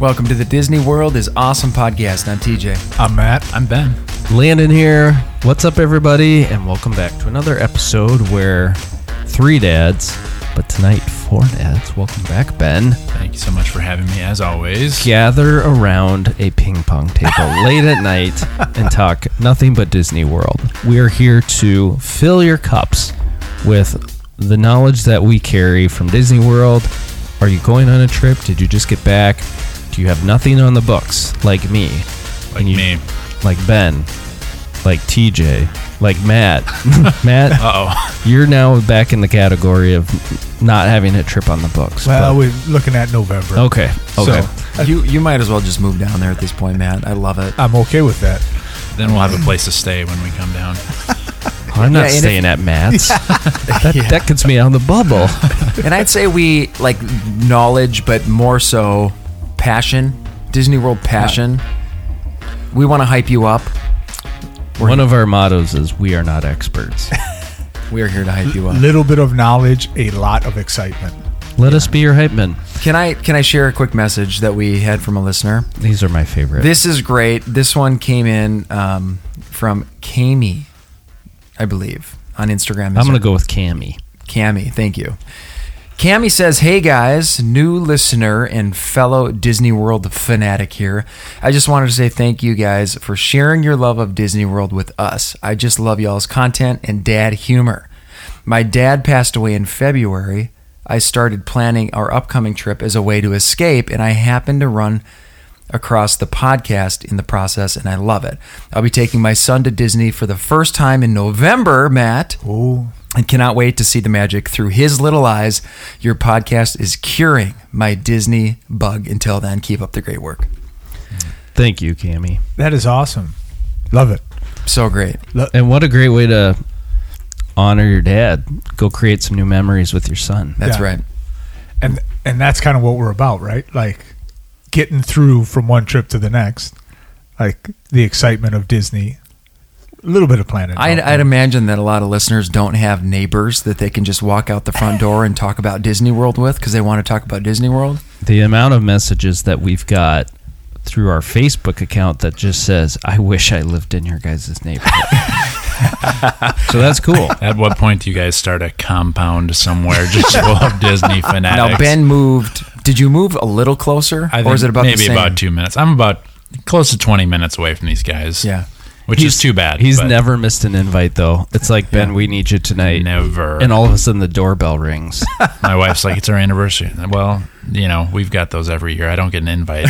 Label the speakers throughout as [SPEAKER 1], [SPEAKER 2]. [SPEAKER 1] Welcome to the Disney World is Awesome podcast. I'm TJ.
[SPEAKER 2] I'm Matt. I'm Ben.
[SPEAKER 3] Landon here. What's up, everybody? And welcome back to another episode where three dads, but tonight four dads. Welcome back, Ben.
[SPEAKER 2] Thank you so much for having me, as always.
[SPEAKER 3] Gather around a ping pong table late at night and talk nothing but Disney World. We are here to fill your cups with the knowledge that we carry from Disney World. Are you going on a trip? Did you just get back? Do you have nothing on the books like me?
[SPEAKER 2] Like
[SPEAKER 3] And you-
[SPEAKER 2] me.
[SPEAKER 3] like Ben, like TJ, like Matt. Matt,
[SPEAKER 2] Uh oh.
[SPEAKER 3] you're now back in the category of not having a trip on the books.
[SPEAKER 4] Well, we're looking at November.
[SPEAKER 3] but- okay, okay.
[SPEAKER 4] So
[SPEAKER 1] You you might as well just move down there at this point, Matt. I love it.
[SPEAKER 4] I'm okay with that.
[SPEAKER 2] Then we'll have a place to stay when we come down.
[SPEAKER 3] I'm
[SPEAKER 1] yeah,
[SPEAKER 3] not
[SPEAKER 1] and if-
[SPEAKER 3] staying at Matt's. that, that gets me out of the bubble.
[SPEAKER 1] And I'd say we like knowledge, but more so passion. Disney World passion. We want to hype you up.
[SPEAKER 3] One of our mottos is we are not experts.
[SPEAKER 1] We are here to hype you up.
[SPEAKER 4] Little bit of knowledge, a lot of excitement.
[SPEAKER 3] Let us be your hype men.
[SPEAKER 1] Can I can I share a quick message that we had from a listener?
[SPEAKER 3] These are my favorite.
[SPEAKER 1] This is great. This one came in um, from Kami, I believe, on Instagram.
[SPEAKER 3] I'm going to go with Cammy.
[SPEAKER 1] Cammy, thank you. Cammy says, Hey guys, new listener and fellow Disney World fanatic here. I just wanted to say thank you guys for sharing your love of Disney World with us. I just love y'all's content and dad humor. My dad passed away in February. I started planning our upcoming trip as a way to escape, and I happened to run across the podcast in the process, and I love it. I'll be taking my son to Disney for the first time in November, Matt
[SPEAKER 4] Oh,
[SPEAKER 1] and cannot wait to see the magic through his little eyes. Your podcast is curing my Disney bug. Until then, keep up the great work.
[SPEAKER 3] Thank you, Cammy.
[SPEAKER 4] that is awesome. Love it.
[SPEAKER 1] So great.
[SPEAKER 3] And what a great way to honor your dad. Go create some new memories with your son.
[SPEAKER 1] That's
[SPEAKER 4] Yeah.
[SPEAKER 1] right.
[SPEAKER 4] And and that's kind of what we're about, right? Like getting through from one trip to the next. Like the excitement of Disney. A little bit of Planet.
[SPEAKER 1] I'd,
[SPEAKER 4] Hollywood.
[SPEAKER 1] I'd imagine that a lot of listeners don't have neighbors that they can just walk out the front door and talk about Disney World with because they want to talk about Disney World.
[SPEAKER 3] the amount of messages that we've got through our Facebook account that just says, "I wish I lived in your guys' neighborhood." so that's cool.
[SPEAKER 2] At what point do you guys start a compound somewhere just full of Disney fanatics?
[SPEAKER 1] Now, Ben moved. Did you move a little closer,
[SPEAKER 2] I
[SPEAKER 1] or
[SPEAKER 2] think
[SPEAKER 1] is it about
[SPEAKER 2] maybe
[SPEAKER 1] the same?
[SPEAKER 2] about two minutes? I'm about close to 20 minutes away from these guys.
[SPEAKER 1] Yeah.
[SPEAKER 2] Which is too bad.
[SPEAKER 3] He's
[SPEAKER 2] but
[SPEAKER 3] never missed an invite though. It's like Ben, we need you tonight.
[SPEAKER 2] Never.
[SPEAKER 3] And all of a sudden, the doorbell rings.
[SPEAKER 2] My wife's like, it's our anniversary. Well, you know, we've got those every year. I don't get an invite.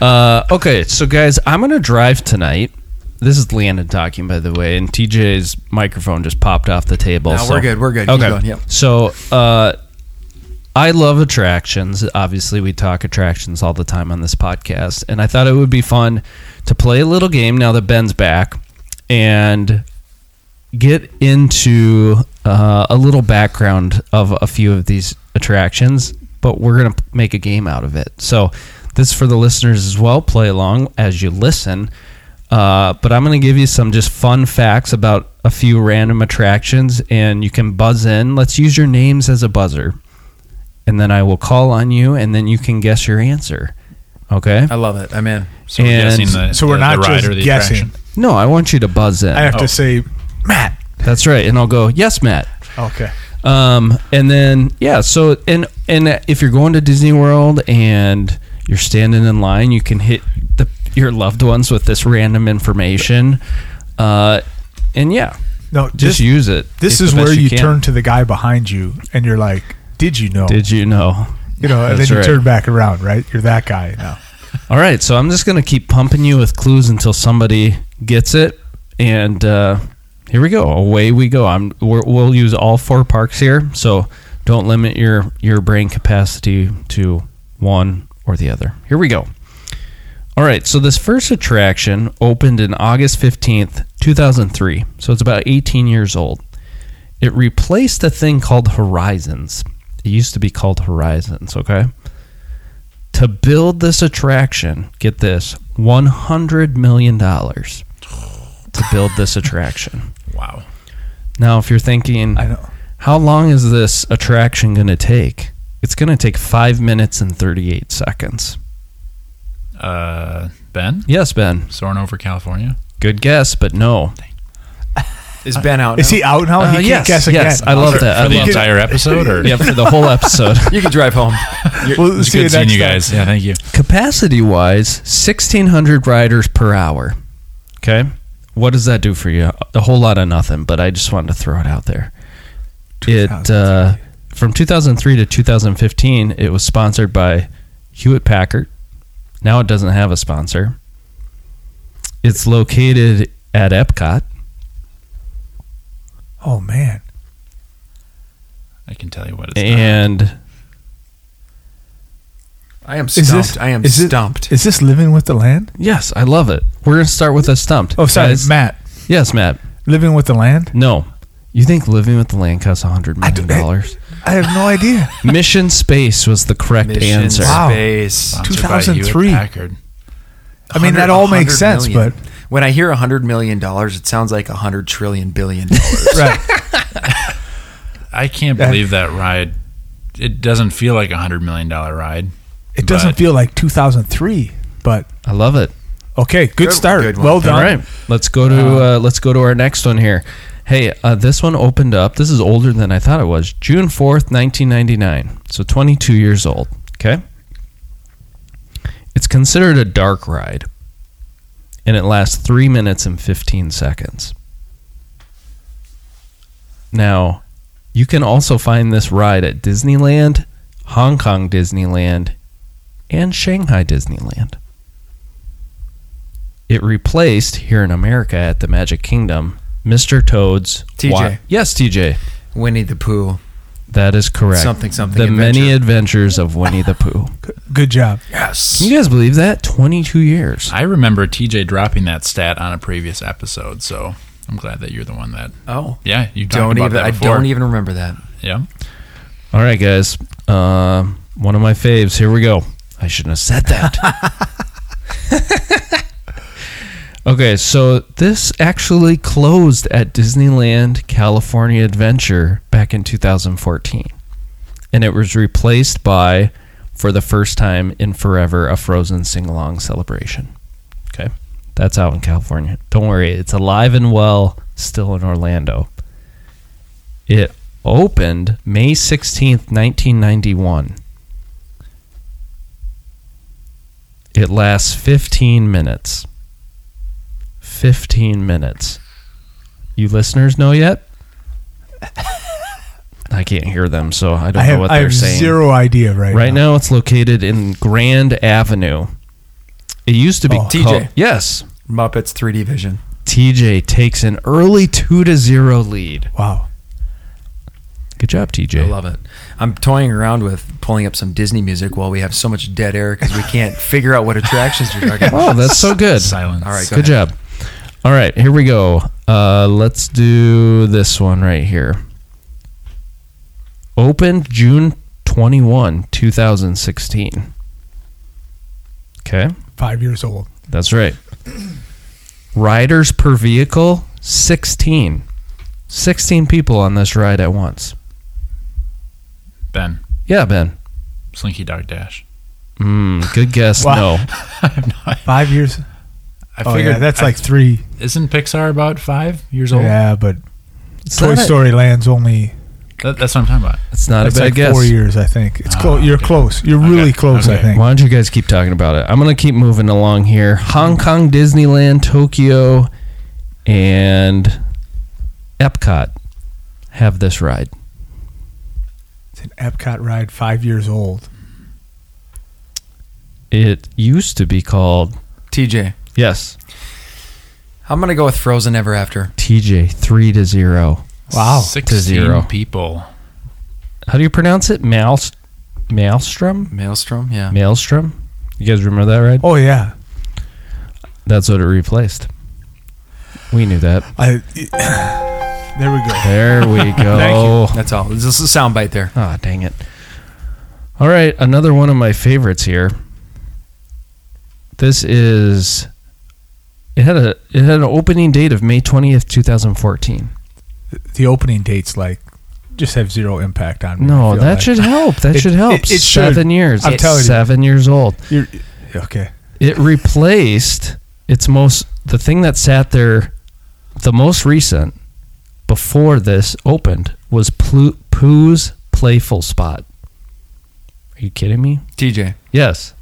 [SPEAKER 3] uh, okay, so guys, I'm gonna drive tonight. This is Landon talking, by the way, and TJ's microphone just popped off the table.
[SPEAKER 1] No,
[SPEAKER 3] so-
[SPEAKER 1] we're good. We're good. Keep
[SPEAKER 3] Okay.
[SPEAKER 1] going. Yep.
[SPEAKER 3] So, uh, I love attractions. Obviously, we talk attractions all the time on this podcast, and I thought it would be fun to play a little game now that Ben's back and get into uh, a little background of a few of these attractions. But we're gonna make a game out of it. So, this is for the listeners as well. Play along as you listen. Uh, but I'm going to give you some just fun facts about a few random attractions, and you can buzz in. Let's use your names as a buzzer, and then I will call on you, and then you can guess your answer. Okay?
[SPEAKER 4] Uh,
[SPEAKER 1] I love it. I'm in.
[SPEAKER 2] So we're
[SPEAKER 3] And-
[SPEAKER 2] guessing the,
[SPEAKER 4] so we're
[SPEAKER 2] the-
[SPEAKER 4] not
[SPEAKER 2] the ride
[SPEAKER 4] just
[SPEAKER 2] or the
[SPEAKER 4] guessing.
[SPEAKER 2] attraction.
[SPEAKER 3] No, I want you to buzz in. Oh,
[SPEAKER 4] I have to say, Matt.
[SPEAKER 3] That's right, and I'll go. Yes, Matt.
[SPEAKER 4] Okay.
[SPEAKER 3] Um, and then yeah, so and and if you're going to Disney World and you're standing in line, you can hit the, your loved ones with this random information, uh, and yeah,
[SPEAKER 4] No,
[SPEAKER 3] just
[SPEAKER 4] this,
[SPEAKER 3] use it.
[SPEAKER 4] this
[SPEAKER 3] It's
[SPEAKER 4] is
[SPEAKER 3] the
[SPEAKER 4] where
[SPEAKER 3] best
[SPEAKER 4] you,
[SPEAKER 3] can.
[SPEAKER 4] turn to the guy behind you and you're like, Did you know?
[SPEAKER 3] Did you know?
[SPEAKER 4] you know, and then
[SPEAKER 3] That's
[SPEAKER 4] you
[SPEAKER 3] right.
[SPEAKER 4] turn back around, right? You're that guy now.
[SPEAKER 3] All right, so I'm just gonna keep pumping you with clues until somebody gets it, and uh, here we go. Away we go. I'm we're, we'll use all four parks here, so don't limit your your brain capacity to one or the other. Here we go. All right, so this first attraction opened in August 15th, 2003. So it's about 18 years old. It replaced a thing called Horizons. It used to be called Horizons, okay? To build this attraction, get this, $100 million to build this attraction.
[SPEAKER 2] Wow.
[SPEAKER 3] Now, if you're thinking,
[SPEAKER 4] I know.
[SPEAKER 3] how long is this attraction going to take? It's going to take five minutes and 38 seconds.
[SPEAKER 2] Uh, ben,
[SPEAKER 3] Yes, Ben.
[SPEAKER 2] soaring over California.
[SPEAKER 3] Good guess, but no.
[SPEAKER 1] Is Ben out?
[SPEAKER 4] Is
[SPEAKER 1] now?
[SPEAKER 4] he out now?
[SPEAKER 3] Uh,
[SPEAKER 4] Oh, he can't
[SPEAKER 3] yes,
[SPEAKER 4] guess
[SPEAKER 3] yes,
[SPEAKER 4] again.
[SPEAKER 3] I love that. I
[SPEAKER 2] for the
[SPEAKER 3] love
[SPEAKER 2] entire episode, or
[SPEAKER 3] Yeah, for the whole episode.
[SPEAKER 1] You can drive home.
[SPEAKER 4] We'll
[SPEAKER 2] It's
[SPEAKER 4] see you
[SPEAKER 2] good seeing
[SPEAKER 4] next
[SPEAKER 2] you
[SPEAKER 4] time.
[SPEAKER 2] guys. Yeah, thank you.
[SPEAKER 3] Capacity wise, 1,600 riders per hour. Okay. What does that do for you? A whole lot of nothing, but I just wanted to throw it out there. It, uh, from 2003 to 2015, it was sponsored by Hewitt Packard. Now it doesn't have a sponsor. It's located at Epcot.
[SPEAKER 4] Oh man,
[SPEAKER 2] I can tell you what it's.
[SPEAKER 3] and
[SPEAKER 1] I am
[SPEAKER 4] is
[SPEAKER 1] stumped.
[SPEAKER 4] this?
[SPEAKER 1] I am
[SPEAKER 4] is it-
[SPEAKER 1] stumped.
[SPEAKER 4] is this living with the land?
[SPEAKER 3] yes, I love it. We're going to start with a stumped.
[SPEAKER 4] Oh, sorry,
[SPEAKER 3] Guys-
[SPEAKER 4] Matt.
[SPEAKER 3] Yes, Matt.
[SPEAKER 4] Living with the land?
[SPEAKER 3] No. You think living with the land costs $100
[SPEAKER 4] I don't-
[SPEAKER 3] million?
[SPEAKER 4] I have no idea.
[SPEAKER 3] Mission Space was the correct
[SPEAKER 1] Mission
[SPEAKER 3] answer.
[SPEAKER 4] Wow.
[SPEAKER 1] Space.
[SPEAKER 2] sponsored by
[SPEAKER 4] 2003.
[SPEAKER 2] Hewlett Packard.
[SPEAKER 4] I mean, that all makes
[SPEAKER 1] 100
[SPEAKER 4] sense,
[SPEAKER 1] million. when I hear hundred million dollars, it sounds like hundred trillion billion.
[SPEAKER 4] but right.
[SPEAKER 2] I can't
[SPEAKER 4] Yeah.
[SPEAKER 2] believe that ride. It doesn't feel like a hundred million dollar ride.
[SPEAKER 4] It doesn't
[SPEAKER 2] But-
[SPEAKER 4] feel like 2003, but
[SPEAKER 3] I love it.
[SPEAKER 4] okay, good,
[SPEAKER 1] Good-
[SPEAKER 4] start.
[SPEAKER 1] good one.
[SPEAKER 4] well
[SPEAKER 3] All
[SPEAKER 4] done.
[SPEAKER 3] right, let's go to uh, let's go to our next one here. Hey, uh, this one opened up. This is older than I thought it was. June fourth, nineteen ninety nine. So twenty two years old. Okay. It's considered a dark ride, and it lasts three minutes and fifteen seconds. Now, you can also find this ride at Disneyland, Hong Kong Disneyland, and Shanghai Disneyland. It replaced here in America at the Magic Kingdom, Mr. Toad's
[SPEAKER 1] TJ.
[SPEAKER 3] Wi- yes, TJ.
[SPEAKER 1] Winnie the Pooh.
[SPEAKER 3] That is correct.
[SPEAKER 1] Something, something
[SPEAKER 3] The many
[SPEAKER 1] adventure.
[SPEAKER 3] adventures of Winnie the Pooh.
[SPEAKER 4] Good job.
[SPEAKER 1] Yes.
[SPEAKER 3] Can you guys believe that? 22 years.
[SPEAKER 2] I remember TJ dropping that stat on a previous episode, so I'm glad that you're the one that.
[SPEAKER 1] Oh,
[SPEAKER 2] Yeah, you talked
[SPEAKER 1] don't
[SPEAKER 2] about
[SPEAKER 1] even.
[SPEAKER 2] that
[SPEAKER 1] I
[SPEAKER 2] before.
[SPEAKER 1] don't even remember that.
[SPEAKER 2] Yeah,
[SPEAKER 3] All right, guys. Um, one of my faves. Here we go. I shouldn't have said that. okay, so this actually closed at Disneyland California Adventure back in 2014. And it was replaced by, for the first time in forever, a Frozen sing along celebration. Okay, that's out in California. Don't worry, it's alive and well, still in Orlando. It opened May 16th, 1991. It lasts 15 minutes. 15 minutes. You listeners know yet? I can't hear them, so I don't
[SPEAKER 4] I
[SPEAKER 3] know
[SPEAKER 4] have,
[SPEAKER 3] what
[SPEAKER 4] I
[SPEAKER 3] they're
[SPEAKER 4] have
[SPEAKER 3] saying.
[SPEAKER 4] zero idea right,
[SPEAKER 3] Right now, it's located in Grand Avenue. It used to be
[SPEAKER 4] Oh.
[SPEAKER 1] TJ.
[SPEAKER 3] called- Yes.
[SPEAKER 1] Muppets 3D Vision.
[SPEAKER 3] TJ takes an early 2 to 0 lead.
[SPEAKER 4] Wow.
[SPEAKER 3] Good job, TJ.
[SPEAKER 1] I love it. I'm toying around with pulling up some Disney music while we have so much dead air because we can't figure out what attractions you're talking about.
[SPEAKER 3] Oh, that's so good.
[SPEAKER 2] silence.
[SPEAKER 1] All right, go
[SPEAKER 3] Good job. All right, here we go. Uh, let's do this one right here. Opened June 21, 2016. Okay,
[SPEAKER 4] Five years old.
[SPEAKER 3] that's right. Riders per vehicle 16. 16 people on this ride at once.
[SPEAKER 2] Ben,
[SPEAKER 3] Yeah, Ben.
[SPEAKER 2] Slinky Dog Dash.
[SPEAKER 3] Mm, good guess.
[SPEAKER 4] Wow.
[SPEAKER 3] No.
[SPEAKER 2] I have no idea.
[SPEAKER 4] Five years.
[SPEAKER 2] I
[SPEAKER 4] oh,
[SPEAKER 2] figured
[SPEAKER 4] yeah, that's
[SPEAKER 2] I-
[SPEAKER 4] like three.
[SPEAKER 2] isn't Pixar about five years old?
[SPEAKER 4] Yeah, but
[SPEAKER 3] It's
[SPEAKER 4] Toy
[SPEAKER 3] not a-
[SPEAKER 4] Story Land's only
[SPEAKER 2] That, that's what I'm talking about.
[SPEAKER 3] It's not a
[SPEAKER 4] it's
[SPEAKER 3] bad
[SPEAKER 4] like
[SPEAKER 3] guess.
[SPEAKER 4] four years, I think. It's
[SPEAKER 2] Ah,
[SPEAKER 4] close. You're
[SPEAKER 2] okay.
[SPEAKER 4] close. You're
[SPEAKER 2] Okay,
[SPEAKER 4] really close, I
[SPEAKER 2] okay.
[SPEAKER 4] think.
[SPEAKER 3] Why don't you guys keep talking about it? I'm gonna keep moving along here. Hong Kong, Disneyland, Tokyo, and Epcot have this ride.
[SPEAKER 4] It's an Epcot ride, five years old.
[SPEAKER 3] It used to be called
[SPEAKER 1] TJ.
[SPEAKER 3] yes
[SPEAKER 1] I'm gonna go with Frozen Ever After.
[SPEAKER 3] TJ three to zero.
[SPEAKER 4] Wow.
[SPEAKER 2] sixteen
[SPEAKER 3] To zero.
[SPEAKER 2] people.
[SPEAKER 3] How do you pronounce it? Maels- Maelstrom.
[SPEAKER 1] Maelstrom. Yeah.
[SPEAKER 3] Maelstrom. You guys remember that ride?
[SPEAKER 4] Oh, yeah.
[SPEAKER 3] That's what it replaced. We knew that.
[SPEAKER 4] I, there we go.
[SPEAKER 3] There we go.
[SPEAKER 4] Thank
[SPEAKER 1] That's all. This is a soundbite there.
[SPEAKER 3] Ah, dang it. All right, another one of my favorites here. This is it had a it had an opening date of May 20th, 2014.
[SPEAKER 4] The opening date's like just have zero impact on me. I
[SPEAKER 3] No,
[SPEAKER 4] feel
[SPEAKER 3] that
[SPEAKER 4] like.
[SPEAKER 3] should help. That
[SPEAKER 4] It-
[SPEAKER 3] should help.
[SPEAKER 4] it- it should.
[SPEAKER 3] seven years.
[SPEAKER 4] I'm
[SPEAKER 3] It's
[SPEAKER 4] telling you.
[SPEAKER 3] seven years old.
[SPEAKER 4] You're, okay.
[SPEAKER 3] It replaced its most the thing that sat there, the most recent before this opened was Plu- Pooh's Playful Spot. Are you kidding me?
[SPEAKER 1] TJ,
[SPEAKER 3] Yes.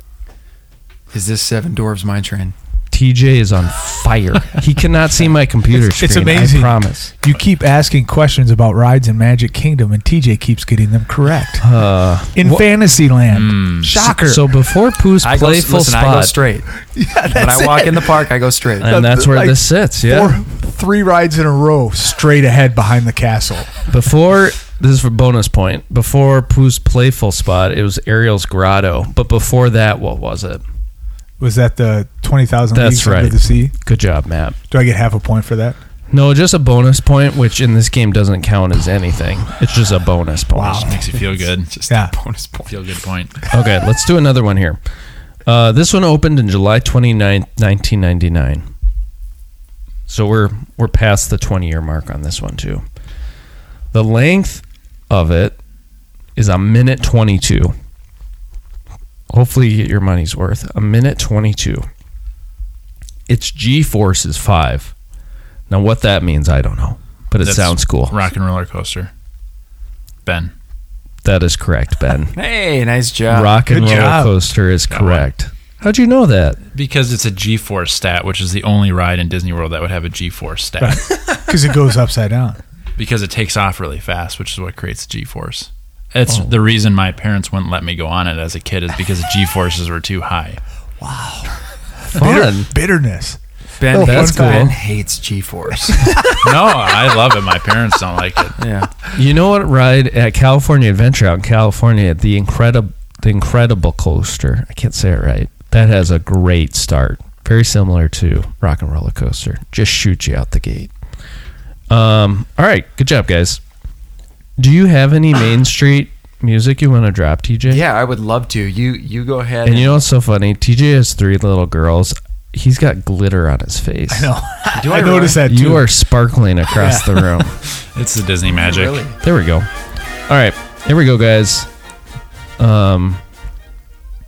[SPEAKER 1] is this Seven Dwarves Mine Train?
[SPEAKER 3] TJ is on fire. he cannot see my computer
[SPEAKER 4] It's-
[SPEAKER 3] screen.
[SPEAKER 4] it's amazing.
[SPEAKER 3] I promise.
[SPEAKER 4] You keep asking questions about rides in Magic Kingdom, and TJ keeps getting them correct.
[SPEAKER 3] Uh,
[SPEAKER 4] In Fantasyland,
[SPEAKER 1] Hmm.
[SPEAKER 2] Mm.
[SPEAKER 4] shocker.
[SPEAKER 3] So before Pooh's
[SPEAKER 1] I go,
[SPEAKER 3] Playful
[SPEAKER 1] listen,
[SPEAKER 3] Spot, Uh,
[SPEAKER 1] I go straight.
[SPEAKER 4] yeah,
[SPEAKER 1] When I
[SPEAKER 4] that's
[SPEAKER 1] walk
[SPEAKER 4] it.
[SPEAKER 1] in the park, I go straight.
[SPEAKER 3] and that's where
[SPEAKER 4] Like,
[SPEAKER 3] this sits. Yeah.
[SPEAKER 4] Four, three rides in a row, straight ahead behind the castle.
[SPEAKER 3] Before this is for bonus point. Before Pooh's playful spot, it was Ariel's grotto. But before that, what was it?
[SPEAKER 4] Was that the twenty thousand
[SPEAKER 3] That's
[SPEAKER 4] leagues
[SPEAKER 3] right.
[SPEAKER 4] under the sea?
[SPEAKER 3] Good job, Matt.
[SPEAKER 4] Do I get half a point for that?
[SPEAKER 3] No, just a bonus point, which in this game doesn't count as anything. It's just a bonus point.
[SPEAKER 4] Wow.
[SPEAKER 2] Makes you feel good. Just
[SPEAKER 4] Yeah.
[SPEAKER 1] Bonus point.
[SPEAKER 2] feel good point.
[SPEAKER 3] Okay, let's do another one here. Uh, this one opened in July 29th, 1999. So we're we're past the 20 year mark on this one too. The length of it is a minute 22. Hopefully you get your money's worth. A minute 22. Its G force is 5. Now what that means I don't know, but it
[SPEAKER 2] That's
[SPEAKER 3] sounds cool.
[SPEAKER 2] Rock and roller coaster. Ben.
[SPEAKER 3] That is correct, Ben.
[SPEAKER 1] Hey, nice job.
[SPEAKER 3] Rock and
[SPEAKER 4] good
[SPEAKER 3] roller
[SPEAKER 4] job.
[SPEAKER 3] coaster is
[SPEAKER 2] one.
[SPEAKER 3] correct. How'd you know that?
[SPEAKER 2] Because it's a G force stat, which is the only ride in Disney World that would have a G force stat.
[SPEAKER 4] Because it goes upside down.
[SPEAKER 2] because it takes off really fast, which is what creates G force. It's
[SPEAKER 4] Oh.
[SPEAKER 2] the reason my parents wouldn't let me go on it as a kid is because G forces were too high.
[SPEAKER 3] Fun.
[SPEAKER 4] bitterness.
[SPEAKER 1] Ben,
[SPEAKER 4] Oh,
[SPEAKER 1] hates,
[SPEAKER 4] that's cool.
[SPEAKER 1] ben hates G-force.
[SPEAKER 2] No, I love it. My parents don't like it.
[SPEAKER 1] yeah.
[SPEAKER 3] You know what ride at California Adventure out in California, the incredible the incredible coaster. I can't say it right. That has a great start. Very similar to Rock and Roller Coaster. Just shoot you out the gate. Um, all right, good job guys. Do you have any Main Street music you want to drop, TJ?
[SPEAKER 1] Yeah, I would love to. You you go ahead.
[SPEAKER 3] And you know what's so funny? TJ has three little girls. He's got glitter on his face.
[SPEAKER 4] No,
[SPEAKER 1] Do
[SPEAKER 4] I,
[SPEAKER 1] I really?
[SPEAKER 4] noticed that too.
[SPEAKER 3] You are sparkling across the room.
[SPEAKER 2] It's the Disney magic.
[SPEAKER 1] Really?
[SPEAKER 3] There we go. All right, here we go, guys. Um,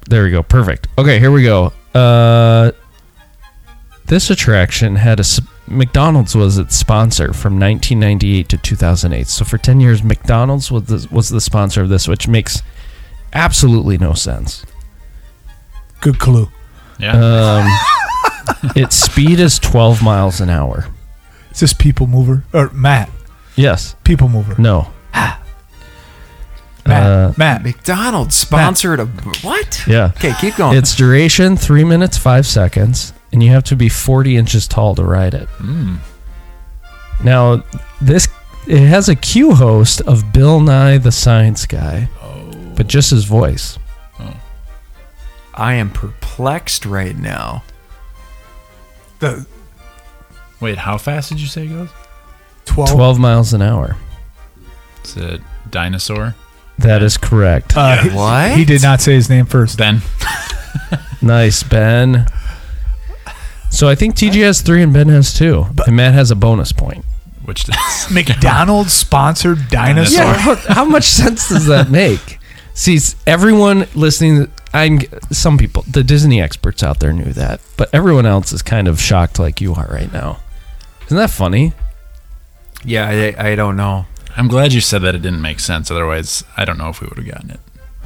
[SPEAKER 3] there we go. Perfect. Okay, here we go. Uh, this attraction had a s- McDonald's was its sponsor from 1998 to 2008. So for 10 years, McDonald's was the, was the sponsor of this, which makes absolutely no sense.
[SPEAKER 4] Good clue.
[SPEAKER 2] Yeah.
[SPEAKER 3] Um,
[SPEAKER 4] Uh,
[SPEAKER 3] its speed is 12 miles an hour.
[SPEAKER 4] Is this people mover or Matt?
[SPEAKER 3] Yes.
[SPEAKER 4] People mover.
[SPEAKER 3] No.
[SPEAKER 4] Matt.
[SPEAKER 3] Uh,
[SPEAKER 4] Matt.
[SPEAKER 1] McDonald's sponsored a what?
[SPEAKER 3] Yeah.
[SPEAKER 1] Okay, keep going.
[SPEAKER 3] Its duration three minutes five seconds, and you have to be forty inches tall to ride it.
[SPEAKER 2] Mm.
[SPEAKER 3] Now, this it has a Q host of Bill Nye the Science Guy, but just his voice.
[SPEAKER 1] I am perplexed right now.
[SPEAKER 4] The
[SPEAKER 2] Wait, how fast did you say it goes?
[SPEAKER 4] twelve.
[SPEAKER 3] Twelve miles an hour.
[SPEAKER 2] It's a dinosaur.
[SPEAKER 3] That is correct.
[SPEAKER 4] Uh, he-
[SPEAKER 1] What?
[SPEAKER 4] He, did not say his name first.
[SPEAKER 2] Ben.
[SPEAKER 3] nice, Ben. So I think TG has three and Ben has two, and Matt has a bonus point.
[SPEAKER 2] Which
[SPEAKER 4] McDonald's sponsored dinosaur.
[SPEAKER 2] Yeah.
[SPEAKER 3] how, how much sense does that make? See, s- everyone listening, I'm some people, the Disney experts out there knew that, but everyone else is kind of shocked like you are right now. Isn't that funny?
[SPEAKER 1] Yeah, I, I don't know.
[SPEAKER 2] I'm glad you said that it didn't make sense. Otherwise, I don't know if we would have gotten it.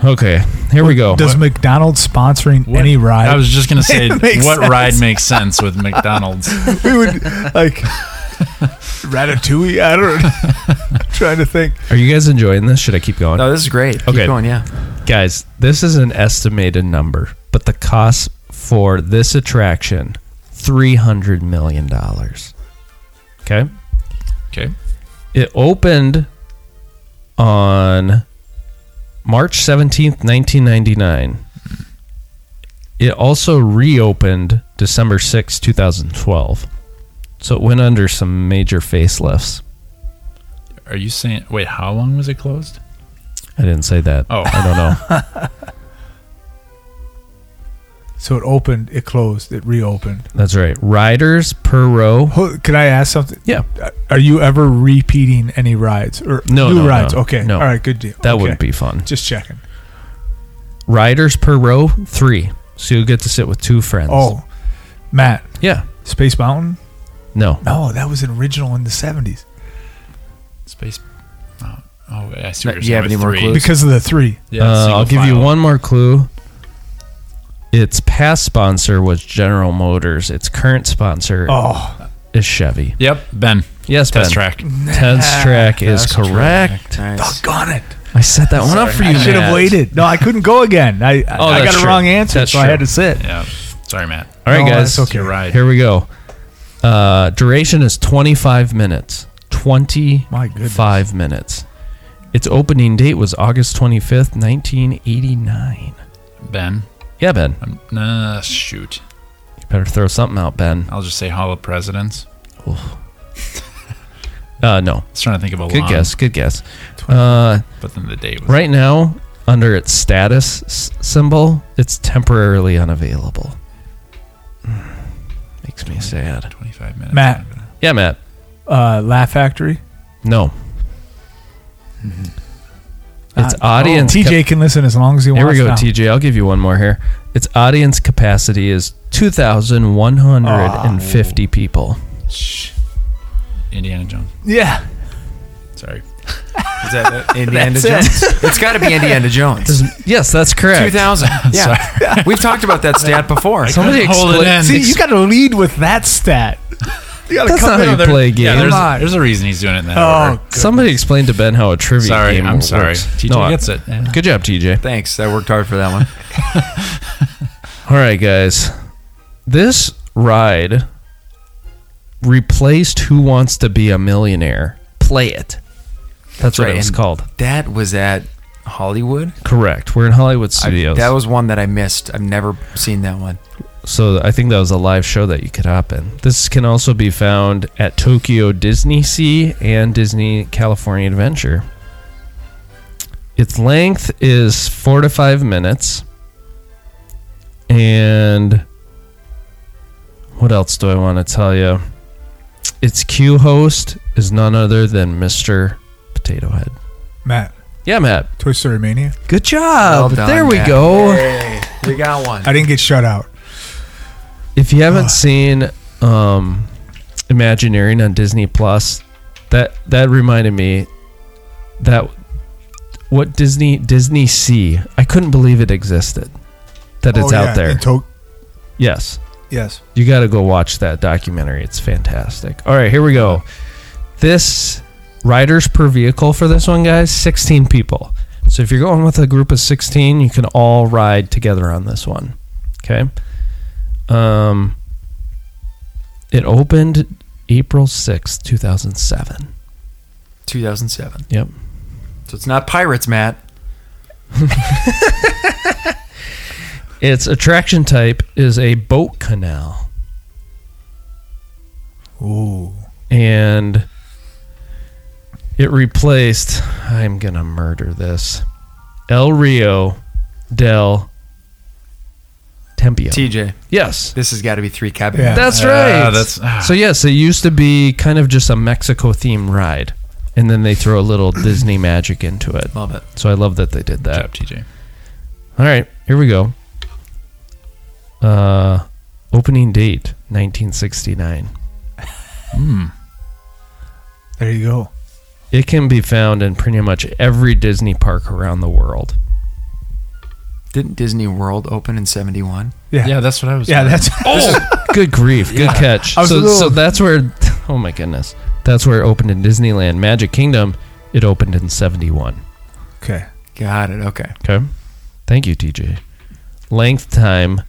[SPEAKER 3] Okay, here we go.
[SPEAKER 4] Does McDonald's sponsoring
[SPEAKER 2] What-
[SPEAKER 4] any ride?
[SPEAKER 2] I was just gonna say, what
[SPEAKER 4] Makes sense.
[SPEAKER 2] ride makes sense with McDonald's?
[SPEAKER 4] we would like Ratatouille. I don't. know. trying to think.
[SPEAKER 3] Are you guys enjoying this? Should I keep going?
[SPEAKER 1] No, this is great. Keep
[SPEAKER 3] Okay.
[SPEAKER 1] going, yeah.
[SPEAKER 3] Guys, this is an estimated number, but the cost for this attraction, $300 million. Okay?
[SPEAKER 2] Okay.
[SPEAKER 3] It opened on March 17th, 1999. It also reopened December sixth, two 2012. So it went under some major facelifts.
[SPEAKER 2] Are you saying? Wait, how long was it closed?
[SPEAKER 4] Oh.
[SPEAKER 3] I didn't say that.
[SPEAKER 2] Oh.
[SPEAKER 3] I don't know.
[SPEAKER 4] So it opened, it closed, it reopened.
[SPEAKER 3] That's right. Riders per row.
[SPEAKER 4] Ho- Can I ask something? Uh,
[SPEAKER 3] Yeah.
[SPEAKER 4] Are you ever repeating any rides or
[SPEAKER 3] No,
[SPEAKER 4] new
[SPEAKER 3] no,
[SPEAKER 4] rides?
[SPEAKER 3] no,
[SPEAKER 4] okay.
[SPEAKER 3] no.
[SPEAKER 4] All right. Good deal.
[SPEAKER 3] That
[SPEAKER 4] okay.
[SPEAKER 3] wouldn't be fun.
[SPEAKER 4] Just checking.
[SPEAKER 3] Riders per row, three. So you get to sit with two friends.
[SPEAKER 4] Oh, Matt,
[SPEAKER 3] Yeah.
[SPEAKER 4] Space Mountain.
[SPEAKER 3] No.
[SPEAKER 4] No, Oh, that was an original in the seventies
[SPEAKER 2] Space. Oh, oh I see
[SPEAKER 1] Uh,
[SPEAKER 2] what you're
[SPEAKER 1] you have
[SPEAKER 2] saying.
[SPEAKER 1] any
[SPEAKER 2] with
[SPEAKER 1] more
[SPEAKER 2] three.
[SPEAKER 1] clues?
[SPEAKER 4] because of the three.
[SPEAKER 2] Yeah,
[SPEAKER 3] Uh,
[SPEAKER 2] single
[SPEAKER 3] I'll give you
[SPEAKER 2] file.
[SPEAKER 3] one more clue. Its past sponsor was General Motors. Its current sponsor
[SPEAKER 4] Oh,
[SPEAKER 3] is Chevy.
[SPEAKER 2] Yep, Ben.
[SPEAKER 3] Yes,
[SPEAKER 2] Test
[SPEAKER 3] ben.
[SPEAKER 2] track.
[SPEAKER 3] Test track is
[SPEAKER 1] That's
[SPEAKER 3] correct.
[SPEAKER 1] Nice.
[SPEAKER 4] doggone it!
[SPEAKER 3] I set that one up for you.
[SPEAKER 4] I should have
[SPEAKER 3] Matt.
[SPEAKER 4] waited. No, I couldn't go again. I I-
[SPEAKER 3] Oh,
[SPEAKER 4] I got
[SPEAKER 3] that's
[SPEAKER 4] a
[SPEAKER 3] true.
[SPEAKER 4] wrong answer,
[SPEAKER 3] That's
[SPEAKER 4] so I
[SPEAKER 3] true.
[SPEAKER 4] had to sit.
[SPEAKER 2] Yeah. Sorry, Matt.
[SPEAKER 3] All right,
[SPEAKER 4] No,
[SPEAKER 3] guys.
[SPEAKER 4] that's okay.
[SPEAKER 2] You're right.
[SPEAKER 3] Here we go. Uh, duration is 25 minutes. 25
[SPEAKER 4] My goodness.
[SPEAKER 3] minutes. Its opening date was August 25th, 1989.
[SPEAKER 2] Ben.
[SPEAKER 3] Yeah, Ben.
[SPEAKER 2] I'm, nah, shoot.
[SPEAKER 3] You better throw something out, Ben.
[SPEAKER 2] I'll just say Hall of Presidents.
[SPEAKER 3] Uh, no.
[SPEAKER 2] I was trying to think of a
[SPEAKER 3] Good
[SPEAKER 2] long,
[SPEAKER 3] guess. Good guess. Uh,
[SPEAKER 2] but then the date was
[SPEAKER 3] right now, under its status s- symbol, it's temporarily unavailable. Mm. Makes me sad.
[SPEAKER 2] 25 minutes.
[SPEAKER 4] Matt.
[SPEAKER 3] Yeah, Matt.
[SPEAKER 4] Uh, Laugh Factory.
[SPEAKER 3] No. Its
[SPEAKER 4] Uh,
[SPEAKER 3] audience.
[SPEAKER 4] oh, TJ can listen as long as he
[SPEAKER 3] Here we
[SPEAKER 4] wants.
[SPEAKER 3] go,
[SPEAKER 4] now.
[SPEAKER 3] TJ. I'll give you one more here. Its audience capacity is 2,150 people.
[SPEAKER 2] Shh. Indiana Jones.
[SPEAKER 4] Yeah.
[SPEAKER 2] Sorry.
[SPEAKER 1] Is that Indiana Jones? It's got to be Indiana Jones.
[SPEAKER 3] There's- yes, that's correct.
[SPEAKER 1] 2000. Yeah. We've talked about that stat before.
[SPEAKER 3] Somebody
[SPEAKER 2] Couldn't hold it
[SPEAKER 3] explain-
[SPEAKER 2] in.
[SPEAKER 4] See, you got to lead with that stat. You got to
[SPEAKER 3] That's
[SPEAKER 4] come
[SPEAKER 3] not
[SPEAKER 4] in
[SPEAKER 3] how
[SPEAKER 4] with
[SPEAKER 3] you play
[SPEAKER 2] Yeah,
[SPEAKER 3] games.
[SPEAKER 2] there's,
[SPEAKER 4] Come on.
[SPEAKER 2] there's a reason he's doing it in that
[SPEAKER 4] Oh,
[SPEAKER 2] order.
[SPEAKER 3] Somebody explain to Ben how a trivia
[SPEAKER 2] Sorry,
[SPEAKER 3] game
[SPEAKER 2] I'm
[SPEAKER 3] works.
[SPEAKER 2] sorry. TJ
[SPEAKER 3] I-
[SPEAKER 2] gets it. Yeah.
[SPEAKER 3] Good job, TJ.
[SPEAKER 1] Thanks. I worked hard for that one.
[SPEAKER 3] All right, guys. This ride replaced Who Wants to Be a Millionaire. Play it. That's what
[SPEAKER 1] Right,
[SPEAKER 3] it was
[SPEAKER 1] and
[SPEAKER 3] called.
[SPEAKER 1] That was at Hollywood.
[SPEAKER 3] Correct. We're in Hollywood
[SPEAKER 1] I-
[SPEAKER 3] Studios.
[SPEAKER 1] that was one that I missed. I've never seen that one.
[SPEAKER 3] So I think that was a live show that you could hop in. This can also be found at Tokyo Disney Sea and Disney California Adventure. Its length is four to five minutes. And what else do I want to tell you? Its Q host is none other than Mr. Potato Head.
[SPEAKER 4] Matt,
[SPEAKER 3] Yeah, Matt.
[SPEAKER 4] Toy Story Mania.
[SPEAKER 3] Good job.
[SPEAKER 1] Well done,
[SPEAKER 3] there we
[SPEAKER 1] Matt.
[SPEAKER 3] go.
[SPEAKER 1] We got one.
[SPEAKER 4] I didn't get shut out.
[SPEAKER 3] If you haven't seen um, Imagineering on Disney Plus, that that reminded me that what Disney Disney Sea. I couldn't believe it existed. That it's
[SPEAKER 4] Oh, yeah,
[SPEAKER 3] out there.
[SPEAKER 4] in To-
[SPEAKER 3] yes.
[SPEAKER 4] yes.
[SPEAKER 3] You got to go watch that documentary. It's fantastic. All right, here we go. This riders per vehicle for this one, guys, 16 people. So if you're going with a group of 16, you can all ride together on this one. Okay. Um, it opened April 6th, 2007.
[SPEAKER 1] 2007.
[SPEAKER 3] Yep.
[SPEAKER 1] So it's not Pirates, Matt.
[SPEAKER 3] Its attraction type is a boat canal.
[SPEAKER 4] Ooh.
[SPEAKER 3] and it replaced I'm gonna murder this El Rio del Tempio.
[SPEAKER 1] TJ,
[SPEAKER 3] yes.
[SPEAKER 1] this has got to be three cabin.
[SPEAKER 4] Yeah.
[SPEAKER 3] That's
[SPEAKER 2] Ah,
[SPEAKER 3] right.
[SPEAKER 2] that's- ah.
[SPEAKER 3] So yes, it used to be kind of just a Mexico themed ride. And then they throw a little Disney magic into it.
[SPEAKER 1] Love it.
[SPEAKER 3] So I love that they did
[SPEAKER 2] Good
[SPEAKER 3] that.
[SPEAKER 2] job, TJ.
[SPEAKER 3] All right, here we go. Uh opening date 1969.
[SPEAKER 4] There you go.
[SPEAKER 3] It can be found in pretty much every Disney park around the world.
[SPEAKER 1] Didn't Disney World open in 71?
[SPEAKER 4] Yeah.
[SPEAKER 2] Yeah,
[SPEAKER 4] Yeah.
[SPEAKER 2] that's what I was.
[SPEAKER 4] that's.
[SPEAKER 3] Oh, good grief, good catch.
[SPEAKER 4] I was
[SPEAKER 3] So,
[SPEAKER 4] a little-
[SPEAKER 3] so that's where. Oh my goodness, that's where it opened in Disneyland Magic Kingdom. It opened in '71.
[SPEAKER 4] okay.
[SPEAKER 1] Got it. Okay.
[SPEAKER 3] Okay, thank you, TJ. Length time.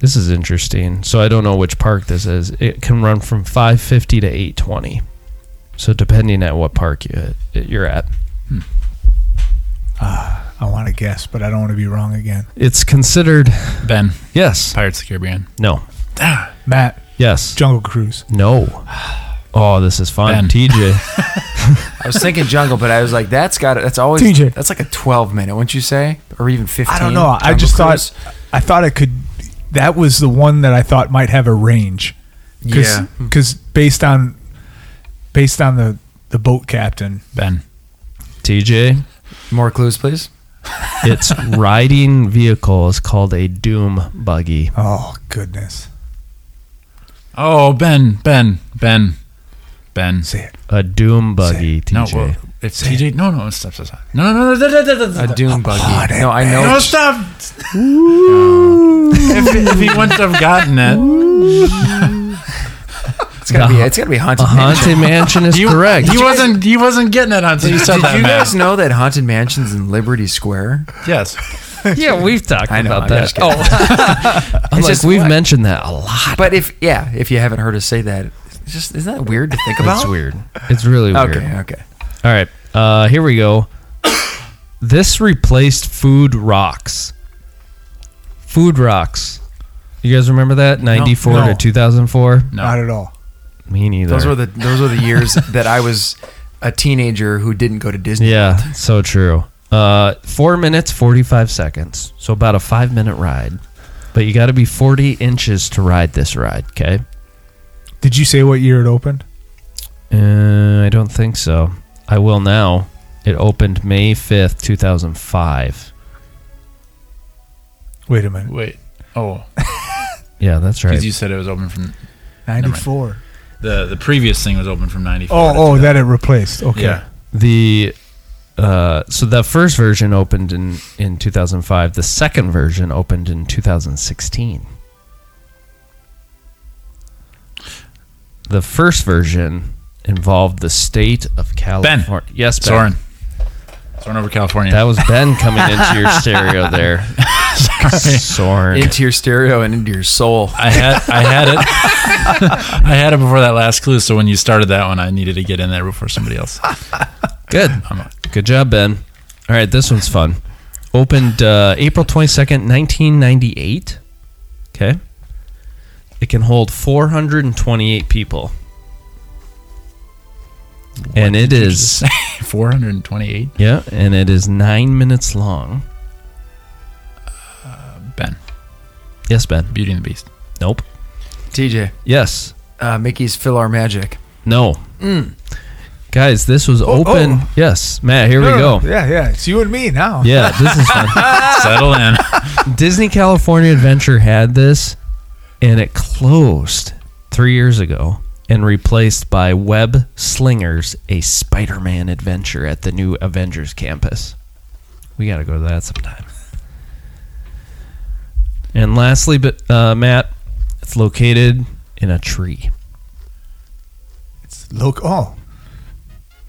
[SPEAKER 3] This is interesting. So I don't know which park this is. It can run from 550 to 820. So depending at what park you you're at,
[SPEAKER 4] I want to guess, but I don't want to be wrong again.
[SPEAKER 3] it's considered
[SPEAKER 2] Ben.
[SPEAKER 3] yes,
[SPEAKER 2] Pirates of the Caribbean.
[SPEAKER 3] no,
[SPEAKER 4] Matt,
[SPEAKER 3] yes,
[SPEAKER 4] Jungle Cruise.
[SPEAKER 3] no. Oh, this is fun,
[SPEAKER 2] Ben.
[SPEAKER 3] TJ.
[SPEAKER 1] I was thinking jungle, but I was like, that's got it. That's always
[SPEAKER 4] TJ.
[SPEAKER 1] that's like a 12 minute, wouldn't you say, or even 15?
[SPEAKER 4] I don't know. I
[SPEAKER 1] Jungle
[SPEAKER 4] just
[SPEAKER 1] Cruise?
[SPEAKER 4] thought. I thought it could that was the one that I thought might have a range.
[SPEAKER 1] Yeah.
[SPEAKER 4] Because based on based on the the boat captain,
[SPEAKER 2] Ben.
[SPEAKER 3] TJ,
[SPEAKER 1] More clues, please.
[SPEAKER 3] its riding vehicle is called a doom buggy.
[SPEAKER 4] oh goodness,
[SPEAKER 2] Oh, Ben, Ben, Ben, Ben.
[SPEAKER 4] say it.
[SPEAKER 3] A doom buggy, TJ.
[SPEAKER 2] No, well, it's TJ. No, no, stop, stop, stop. No, no, no, no, no, no, no, no,
[SPEAKER 1] A doom buggy.
[SPEAKER 4] it,
[SPEAKER 1] No, I know.
[SPEAKER 2] no,
[SPEAKER 1] it's-
[SPEAKER 2] stop. if, if he wouldn't have gotten it,
[SPEAKER 1] It's gotta be. It's gotta be haunted.
[SPEAKER 3] a
[SPEAKER 1] Mansion.
[SPEAKER 3] haunted mansion is
[SPEAKER 2] he,
[SPEAKER 3] correct.
[SPEAKER 2] He wasn't. He wasn't getting it until you said
[SPEAKER 1] Did
[SPEAKER 2] that.
[SPEAKER 1] you
[SPEAKER 2] Matt.
[SPEAKER 1] guys know that haunted mansions in Liberty Square?
[SPEAKER 2] Yes.
[SPEAKER 3] yeah, we've talked
[SPEAKER 1] I know,
[SPEAKER 3] about
[SPEAKER 1] I'm
[SPEAKER 3] that.
[SPEAKER 1] just kidding.
[SPEAKER 3] Oh, I'm
[SPEAKER 1] It's
[SPEAKER 3] like,
[SPEAKER 1] just
[SPEAKER 3] we've
[SPEAKER 1] what-
[SPEAKER 3] mentioned that a lot.
[SPEAKER 1] But if yeah, if you haven't heard us say that, it's just isn't that weird to think about?
[SPEAKER 3] It's weird. It's really weird.
[SPEAKER 1] Okay, okay.
[SPEAKER 3] All right, uh, here we go. this replaced food rocks. Food rocks. You guys remember that ninety four
[SPEAKER 4] no.
[SPEAKER 3] to two thousand four?
[SPEAKER 2] No.
[SPEAKER 4] Not at all.
[SPEAKER 3] Me neither.
[SPEAKER 1] Those were the those were the years that I was a teenager who didn't go to Disney.
[SPEAKER 3] yeah, so true. Uh, four minutes forty five seconds. So about a five minute ride, but you got to be forty inches to ride this ride. Okay.
[SPEAKER 4] Did you say what year it opened?
[SPEAKER 3] Uh, I don't think so. I will now. It opened May 5th, 2005.
[SPEAKER 4] Wait a minute,
[SPEAKER 2] Wait. Oh,
[SPEAKER 3] Yeah, that's
[SPEAKER 2] because
[SPEAKER 3] right.
[SPEAKER 2] you said it was open from
[SPEAKER 4] ninety four.
[SPEAKER 2] the the previous thing was open from ninety four.
[SPEAKER 4] Oh, oh, that it replaced. Okay,
[SPEAKER 2] yeah.
[SPEAKER 3] The uh, so the first version opened in in 2005. The second version opened in 2016. The first version involved the state of California. Yes, Ben.
[SPEAKER 2] Soren. Soren over California.
[SPEAKER 3] That was Ben coming into your stereo there.
[SPEAKER 2] Sorry.
[SPEAKER 3] Soren.
[SPEAKER 1] Into your stereo and into your soul.
[SPEAKER 2] I had I had it. I had it before that last clue. So when you started that one, I needed to get in there before somebody else.
[SPEAKER 3] Good. Good job, Ben. All right, this one's fun. Opened uh, April 22nd, 1998. Okay. It can hold 428 people. and it is,
[SPEAKER 2] four hundred and twenty eight.
[SPEAKER 3] yeah, and it is nine minutes long.
[SPEAKER 2] Ben,
[SPEAKER 3] Yes, Ben.
[SPEAKER 2] Beauty and the Beast.
[SPEAKER 3] Nope.
[SPEAKER 1] TJ,
[SPEAKER 3] Yes.
[SPEAKER 1] uh, Mickey's Fill Our Magic.
[SPEAKER 3] No.
[SPEAKER 4] Mm.
[SPEAKER 3] Guys, this was open. Yes, Matt, here we
[SPEAKER 4] Oh, No,
[SPEAKER 3] go.
[SPEAKER 4] no, Yeah, yeah. It's you and me now.
[SPEAKER 3] Yeah, this is fun.
[SPEAKER 2] Settle in.
[SPEAKER 3] Disney California Adventure had this, and it closed three years ago and replaced by Web Slingers, a Spider Man adventure at the new Avengers campus. We got to go to that sometime. And lastly, but uh, Matt, it's located in a tree.
[SPEAKER 4] It's look. Oh,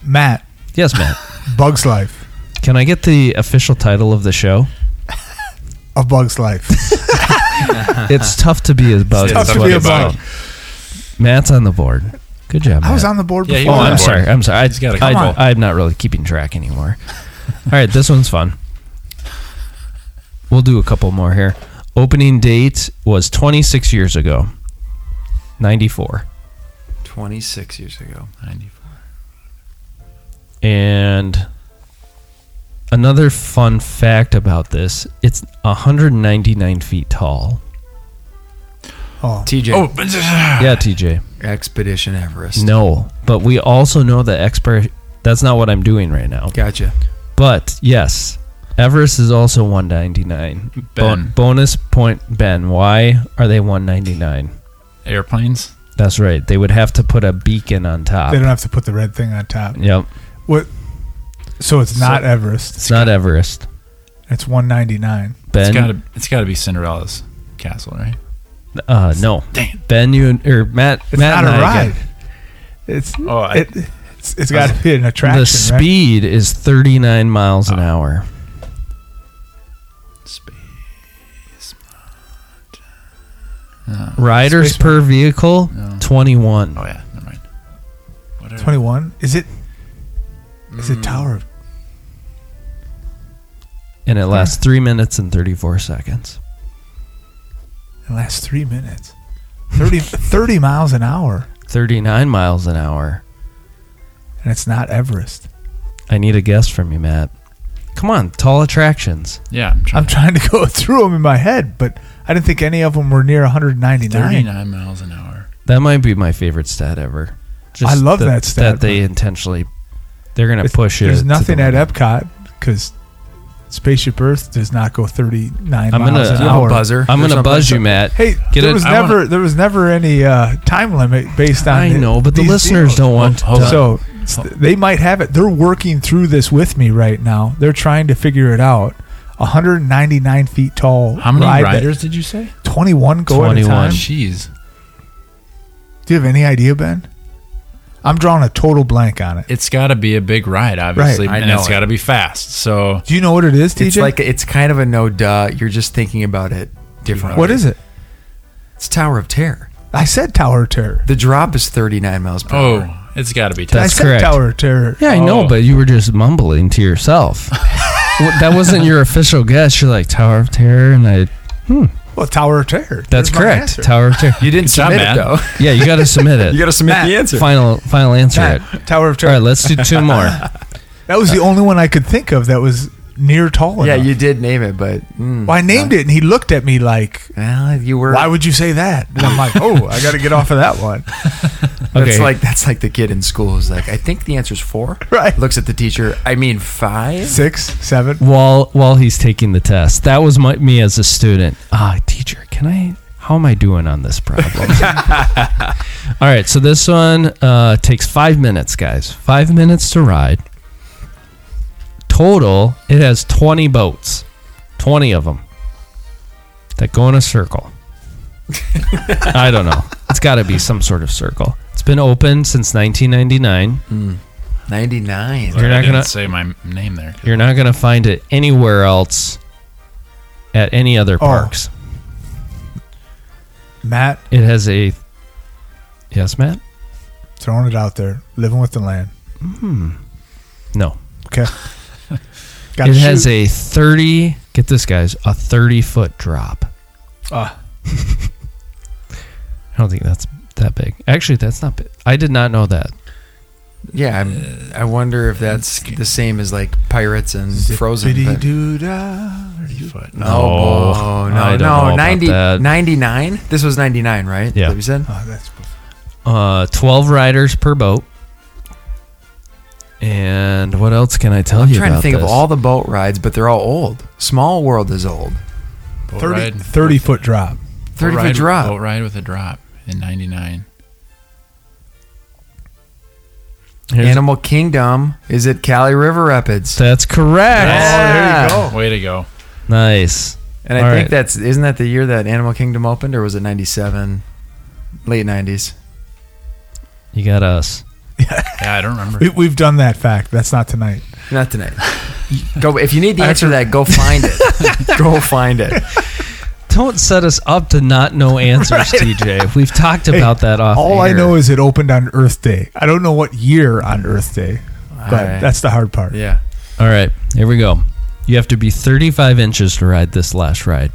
[SPEAKER 4] Matt,
[SPEAKER 3] Yes, Matt.
[SPEAKER 4] Bugs Life,
[SPEAKER 3] Can I get the official title of the show?
[SPEAKER 4] a Bugs Life.
[SPEAKER 3] It's tough to be a bug.
[SPEAKER 2] It's
[SPEAKER 3] is
[SPEAKER 4] tough to
[SPEAKER 3] what
[SPEAKER 4] be a
[SPEAKER 3] it's
[SPEAKER 4] bug.
[SPEAKER 3] about. Matt's on the board. Good job.
[SPEAKER 4] I was
[SPEAKER 3] Matt.
[SPEAKER 4] on the board
[SPEAKER 2] Yeah, he
[SPEAKER 4] before.
[SPEAKER 3] Oh,
[SPEAKER 2] was.
[SPEAKER 3] I'm
[SPEAKER 4] that.
[SPEAKER 2] board.
[SPEAKER 3] sorry. I'm sorry. I,
[SPEAKER 2] He's gotta-
[SPEAKER 3] I,
[SPEAKER 2] Come on.
[SPEAKER 3] I'm not really keeping track anymore. All right, this one's fun. We'll do a couple more here. Opening date was 26 years ago, 94.
[SPEAKER 1] Twenty six years ago.
[SPEAKER 2] Ninety four.
[SPEAKER 3] And another fun fact about this it's 199 feet tall.
[SPEAKER 4] Oh,
[SPEAKER 1] TJ,
[SPEAKER 2] Oh, but-
[SPEAKER 3] Yeah, TJ.
[SPEAKER 1] Expedition Everest.
[SPEAKER 3] No, but we also know the expert. That's not what I'm doing right now.
[SPEAKER 1] Gotcha.
[SPEAKER 3] But yes, Everest is also 199. Bo-
[SPEAKER 2] Ben.
[SPEAKER 3] bonus point Ben. Why are they 199?
[SPEAKER 2] airplanes.
[SPEAKER 3] That's right. They would have to put a beacon on top.
[SPEAKER 4] Oh. they don't have to put the red thing on top.
[SPEAKER 3] Yep.
[SPEAKER 4] What? So it's not Everest.
[SPEAKER 3] It's not Everest.
[SPEAKER 4] It's 199.
[SPEAKER 3] Ben.
[SPEAKER 2] It's gotta. It's gotta be Cinderella's castle, right?
[SPEAKER 3] uh no.
[SPEAKER 2] Damn.
[SPEAKER 3] Ben you and, or Matt
[SPEAKER 4] It's
[SPEAKER 3] Matt
[SPEAKER 4] not
[SPEAKER 3] and
[SPEAKER 4] a
[SPEAKER 3] I
[SPEAKER 4] ride.
[SPEAKER 3] got-
[SPEAKER 4] It's
[SPEAKER 2] Oh, I-
[SPEAKER 4] it, it's, it's got to be an attraction.
[SPEAKER 3] the
[SPEAKER 4] right? Oh.
[SPEAKER 3] speed is 39 miles an hour. Riders
[SPEAKER 4] Space
[SPEAKER 3] per vehicle 21.
[SPEAKER 2] Oh yeah. Never mind. Whatever.
[SPEAKER 4] 21. Is it? Is
[SPEAKER 2] Mm.
[SPEAKER 4] it Tower of?
[SPEAKER 3] And it lasts 3 minutes and 34 seconds.
[SPEAKER 4] It lasts three minutes. 30, 30 miles an hour,
[SPEAKER 3] 39 miles an hour.
[SPEAKER 4] and it's not Everest.
[SPEAKER 3] I need a guess from you, Matt. Come on, tall attractions.
[SPEAKER 2] Yeah, I'm trying.
[SPEAKER 4] I'm trying to go through them in my head, but I didn't think any of them were near 199.
[SPEAKER 2] 39 miles an hour.
[SPEAKER 3] That might be my favorite stat ever.
[SPEAKER 4] I love that stat,
[SPEAKER 3] That they intentionally, they're gonna push it.
[SPEAKER 4] There's
[SPEAKER 3] to
[SPEAKER 4] nothing
[SPEAKER 3] the
[SPEAKER 4] at
[SPEAKER 3] limit.
[SPEAKER 4] Epcot because Spaceship Earth does not go 39
[SPEAKER 3] I'm
[SPEAKER 4] miles
[SPEAKER 3] gonna-
[SPEAKER 4] an
[SPEAKER 3] I'll
[SPEAKER 4] hour.
[SPEAKER 1] buzzer.
[SPEAKER 3] I'm
[SPEAKER 1] There's
[SPEAKER 3] gonna
[SPEAKER 1] no
[SPEAKER 3] buzz
[SPEAKER 1] place
[SPEAKER 3] you,
[SPEAKER 1] up-
[SPEAKER 3] Matt.
[SPEAKER 4] Hey,
[SPEAKER 3] Get
[SPEAKER 4] there
[SPEAKER 3] it-
[SPEAKER 4] was
[SPEAKER 2] I
[SPEAKER 4] never there was never any uh, time limit based on.
[SPEAKER 3] I
[SPEAKER 4] the-
[SPEAKER 3] know, but the
[SPEAKER 4] these
[SPEAKER 3] listeners
[SPEAKER 4] deals. Oh,
[SPEAKER 3] don't want.
[SPEAKER 2] Hold- hold
[SPEAKER 3] to-
[SPEAKER 2] on.
[SPEAKER 4] So s- they might have it. They're working through this with me right now. They're trying to figure it out. 199 feet tall.
[SPEAKER 2] How many
[SPEAKER 4] ride that-
[SPEAKER 2] riders did you say?
[SPEAKER 4] 21 go at a
[SPEAKER 3] 21.
[SPEAKER 4] time.
[SPEAKER 2] Jeez.
[SPEAKER 4] Do you have any idea, Ben? I'm drawing a total blank on it.
[SPEAKER 2] It's got to be a big ride, obviously,
[SPEAKER 1] I
[SPEAKER 2] and
[SPEAKER 1] know
[SPEAKER 2] it's
[SPEAKER 1] it.
[SPEAKER 2] got to be fast. So
[SPEAKER 4] Do you know what it is, TJ?
[SPEAKER 1] It's like it's kind of a no duh. You're just thinking about it differently.
[SPEAKER 4] what is it?
[SPEAKER 1] It's Tower of Terror.
[SPEAKER 4] I said Tower of Terror.
[SPEAKER 1] The drop is 39 miles per hour.
[SPEAKER 2] Oh, it's got to be
[SPEAKER 4] I
[SPEAKER 2] tough.
[SPEAKER 3] That's
[SPEAKER 4] said
[SPEAKER 3] correct.
[SPEAKER 4] Tower of Terror.
[SPEAKER 3] yeah, I know,
[SPEAKER 2] Oh.
[SPEAKER 3] but you were just mumbling to yourself. Well, that wasn't your official guess. You're like Tower of Terror, and I.
[SPEAKER 4] Oh, Well, Tower of Terror.
[SPEAKER 3] That's
[SPEAKER 4] There's my
[SPEAKER 3] correct.
[SPEAKER 4] answer.
[SPEAKER 3] Tower of Terror.
[SPEAKER 1] You didn't
[SPEAKER 2] Good job,
[SPEAKER 1] submit it
[SPEAKER 2] Matt.
[SPEAKER 1] though.
[SPEAKER 3] Yeah, you got to submit it.
[SPEAKER 1] you got to submit
[SPEAKER 4] Matt,
[SPEAKER 1] the answer.
[SPEAKER 3] Final, final answer. It.
[SPEAKER 4] Matt, Tower of
[SPEAKER 3] All
[SPEAKER 4] Terror.
[SPEAKER 3] right, let's do two more.
[SPEAKER 4] That was the only one I could think of that was near tall
[SPEAKER 1] Yeah,
[SPEAKER 4] enough.
[SPEAKER 1] you did name it, but mm,
[SPEAKER 4] Well, I named it, and he looked at me like,
[SPEAKER 1] Well, you were.
[SPEAKER 4] "Why would you say that?" And I'm like, "Oh, I got to get off of that one."
[SPEAKER 1] That's
[SPEAKER 3] Okay.
[SPEAKER 1] like that's like the kid in school who's like, I think the answer's four.
[SPEAKER 4] Right.
[SPEAKER 1] Looks at the teacher. I mean five.
[SPEAKER 4] Six, seven.
[SPEAKER 3] while while he's taking the test. That was my, me as a student. Ah, teacher, can I? How am I doing on this problem? All right, so this one uh, takes five minutes, guys. Five minutes to ride. Total, it has twenty boats, twenty of them that go in a circle. I don't know. It's got to be some sort of circle. It's been open since 1999.
[SPEAKER 1] Ninety nine.
[SPEAKER 3] You're
[SPEAKER 2] I
[SPEAKER 3] not
[SPEAKER 2] didn't
[SPEAKER 3] gonna-
[SPEAKER 2] say my name there.
[SPEAKER 3] You're not going to find it anywhere else at any other parks.
[SPEAKER 4] Matt
[SPEAKER 3] It has a. Yes, Matt?
[SPEAKER 4] throwing it out there, living with the land.
[SPEAKER 3] No.
[SPEAKER 4] Okay. Got
[SPEAKER 3] it has a 30. Get this, guys. A 30 foot drop.
[SPEAKER 4] Ah.
[SPEAKER 3] I don't think that's that big. Actually, that's not big. I did not know that.
[SPEAKER 1] Yeah, I'm, I wonder if that's the same as like pirates and Frozen. but-
[SPEAKER 2] Foot.
[SPEAKER 1] No,
[SPEAKER 3] No,
[SPEAKER 1] oh,
[SPEAKER 3] I
[SPEAKER 1] no,
[SPEAKER 3] don't know
[SPEAKER 1] no,
[SPEAKER 3] about
[SPEAKER 1] 90,
[SPEAKER 3] that.
[SPEAKER 1] 99? This was ninety nine, right?
[SPEAKER 3] Yeah.
[SPEAKER 1] That we said?
[SPEAKER 4] Oh, that's
[SPEAKER 3] Uh, 12 riders per boat. And what else can I tell
[SPEAKER 1] I'm
[SPEAKER 3] you
[SPEAKER 1] trying to
[SPEAKER 3] about
[SPEAKER 1] think of
[SPEAKER 3] this?
[SPEAKER 1] all the boat rides, but they're all old. Small World is old.
[SPEAKER 2] Boat
[SPEAKER 4] 30,
[SPEAKER 2] ride.
[SPEAKER 4] 30 foot drop.
[SPEAKER 1] Thirty
[SPEAKER 2] boat
[SPEAKER 1] foot
[SPEAKER 2] ride-
[SPEAKER 1] drop.
[SPEAKER 2] Boat ride with a drop in 99.
[SPEAKER 3] Here's-
[SPEAKER 1] Animal Kingdom is at Cali River Rapids.
[SPEAKER 3] That's correct.
[SPEAKER 1] Yeah.
[SPEAKER 2] Way to go.
[SPEAKER 3] Nice.
[SPEAKER 1] And I
[SPEAKER 3] All
[SPEAKER 1] think
[SPEAKER 3] right.
[SPEAKER 1] that's isn't that the year that Animal Kingdom opened, or was it ninety seven, late nineties?
[SPEAKER 3] You got us.
[SPEAKER 2] Yeah, I don't remember.
[SPEAKER 4] We, we've done that fact. That's not tonight.
[SPEAKER 1] Not tonight. go if you need the answer to that, go find it. go find it.
[SPEAKER 3] Don't set us up to not know answers, TJ. We've talked about that off.
[SPEAKER 4] All I
[SPEAKER 3] air.
[SPEAKER 4] know is it opened on Earth Day. I don't know what year on Earth Day, but
[SPEAKER 1] All right.
[SPEAKER 4] that's the hard part.
[SPEAKER 1] yeah.
[SPEAKER 3] All right, here we go. You have to be 35 inches to ride this last ride.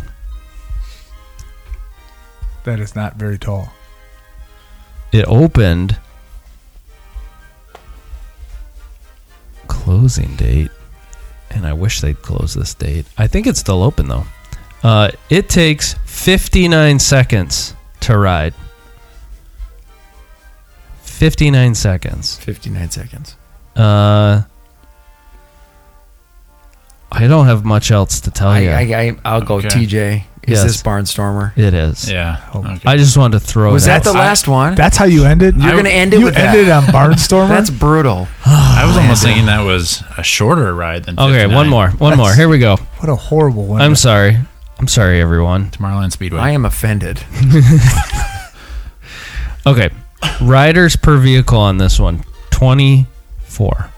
[SPEAKER 4] That is not very tall.
[SPEAKER 3] It opened. Closing date. And I wish they'd close this date. I think it's still open, though. Uh, it takes 59 seconds to ride. 59 seconds.
[SPEAKER 1] Fifty nine seconds.
[SPEAKER 3] Uh, I don't have much else to tell you.
[SPEAKER 1] I, I, I I'll go
[SPEAKER 2] Okay.
[SPEAKER 1] TJ. Is
[SPEAKER 3] Oh, Yes.
[SPEAKER 1] this Barnstormer?
[SPEAKER 3] it is.
[SPEAKER 2] Yeah.
[SPEAKER 4] Oh.
[SPEAKER 2] Okay.
[SPEAKER 3] I just wanted to throw.
[SPEAKER 1] Was that
[SPEAKER 3] that
[SPEAKER 1] the last one?
[SPEAKER 4] That's how you ended?
[SPEAKER 1] You're
[SPEAKER 2] I-
[SPEAKER 1] gonna end it
[SPEAKER 4] You
[SPEAKER 1] with
[SPEAKER 4] ended
[SPEAKER 1] that.
[SPEAKER 4] on Barnstormer?
[SPEAKER 1] That's brutal.
[SPEAKER 2] I was almost thinking that was a shorter ride than
[SPEAKER 3] Okay,
[SPEAKER 2] 59.
[SPEAKER 3] one more. One more.
[SPEAKER 4] That's-
[SPEAKER 3] Here we go.
[SPEAKER 4] what a horrible one.
[SPEAKER 3] I'm sorry. I'm sorry, everyone.
[SPEAKER 2] Tomorrowland Speedway.
[SPEAKER 1] I am offended.
[SPEAKER 3] Okay, riders per vehicle on this one, 24.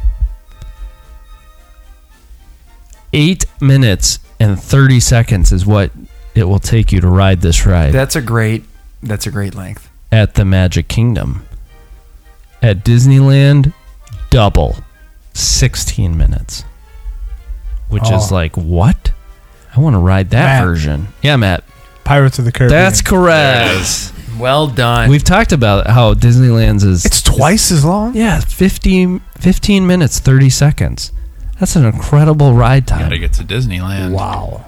[SPEAKER 3] Eight minutes and 30 seconds is what it will take you to ride this ride.
[SPEAKER 1] That's a great. That's a great length.
[SPEAKER 3] at the Magic Kingdom. At Disneyland, double 16 minutes, which is
[SPEAKER 4] Oh.
[SPEAKER 3] like, what? I want to ride that
[SPEAKER 4] Matt.
[SPEAKER 3] version. Yeah, Matt.
[SPEAKER 4] Pirates of the Caribbean.
[SPEAKER 3] That's correct.
[SPEAKER 1] Well done.
[SPEAKER 3] We've talked about how Disneyland's is.
[SPEAKER 4] It's twice as long?
[SPEAKER 3] yeah, 15, 15 minutes, 30 seconds. That's an incredible ride time.
[SPEAKER 2] Gotta get to Disneyland.
[SPEAKER 4] Wow.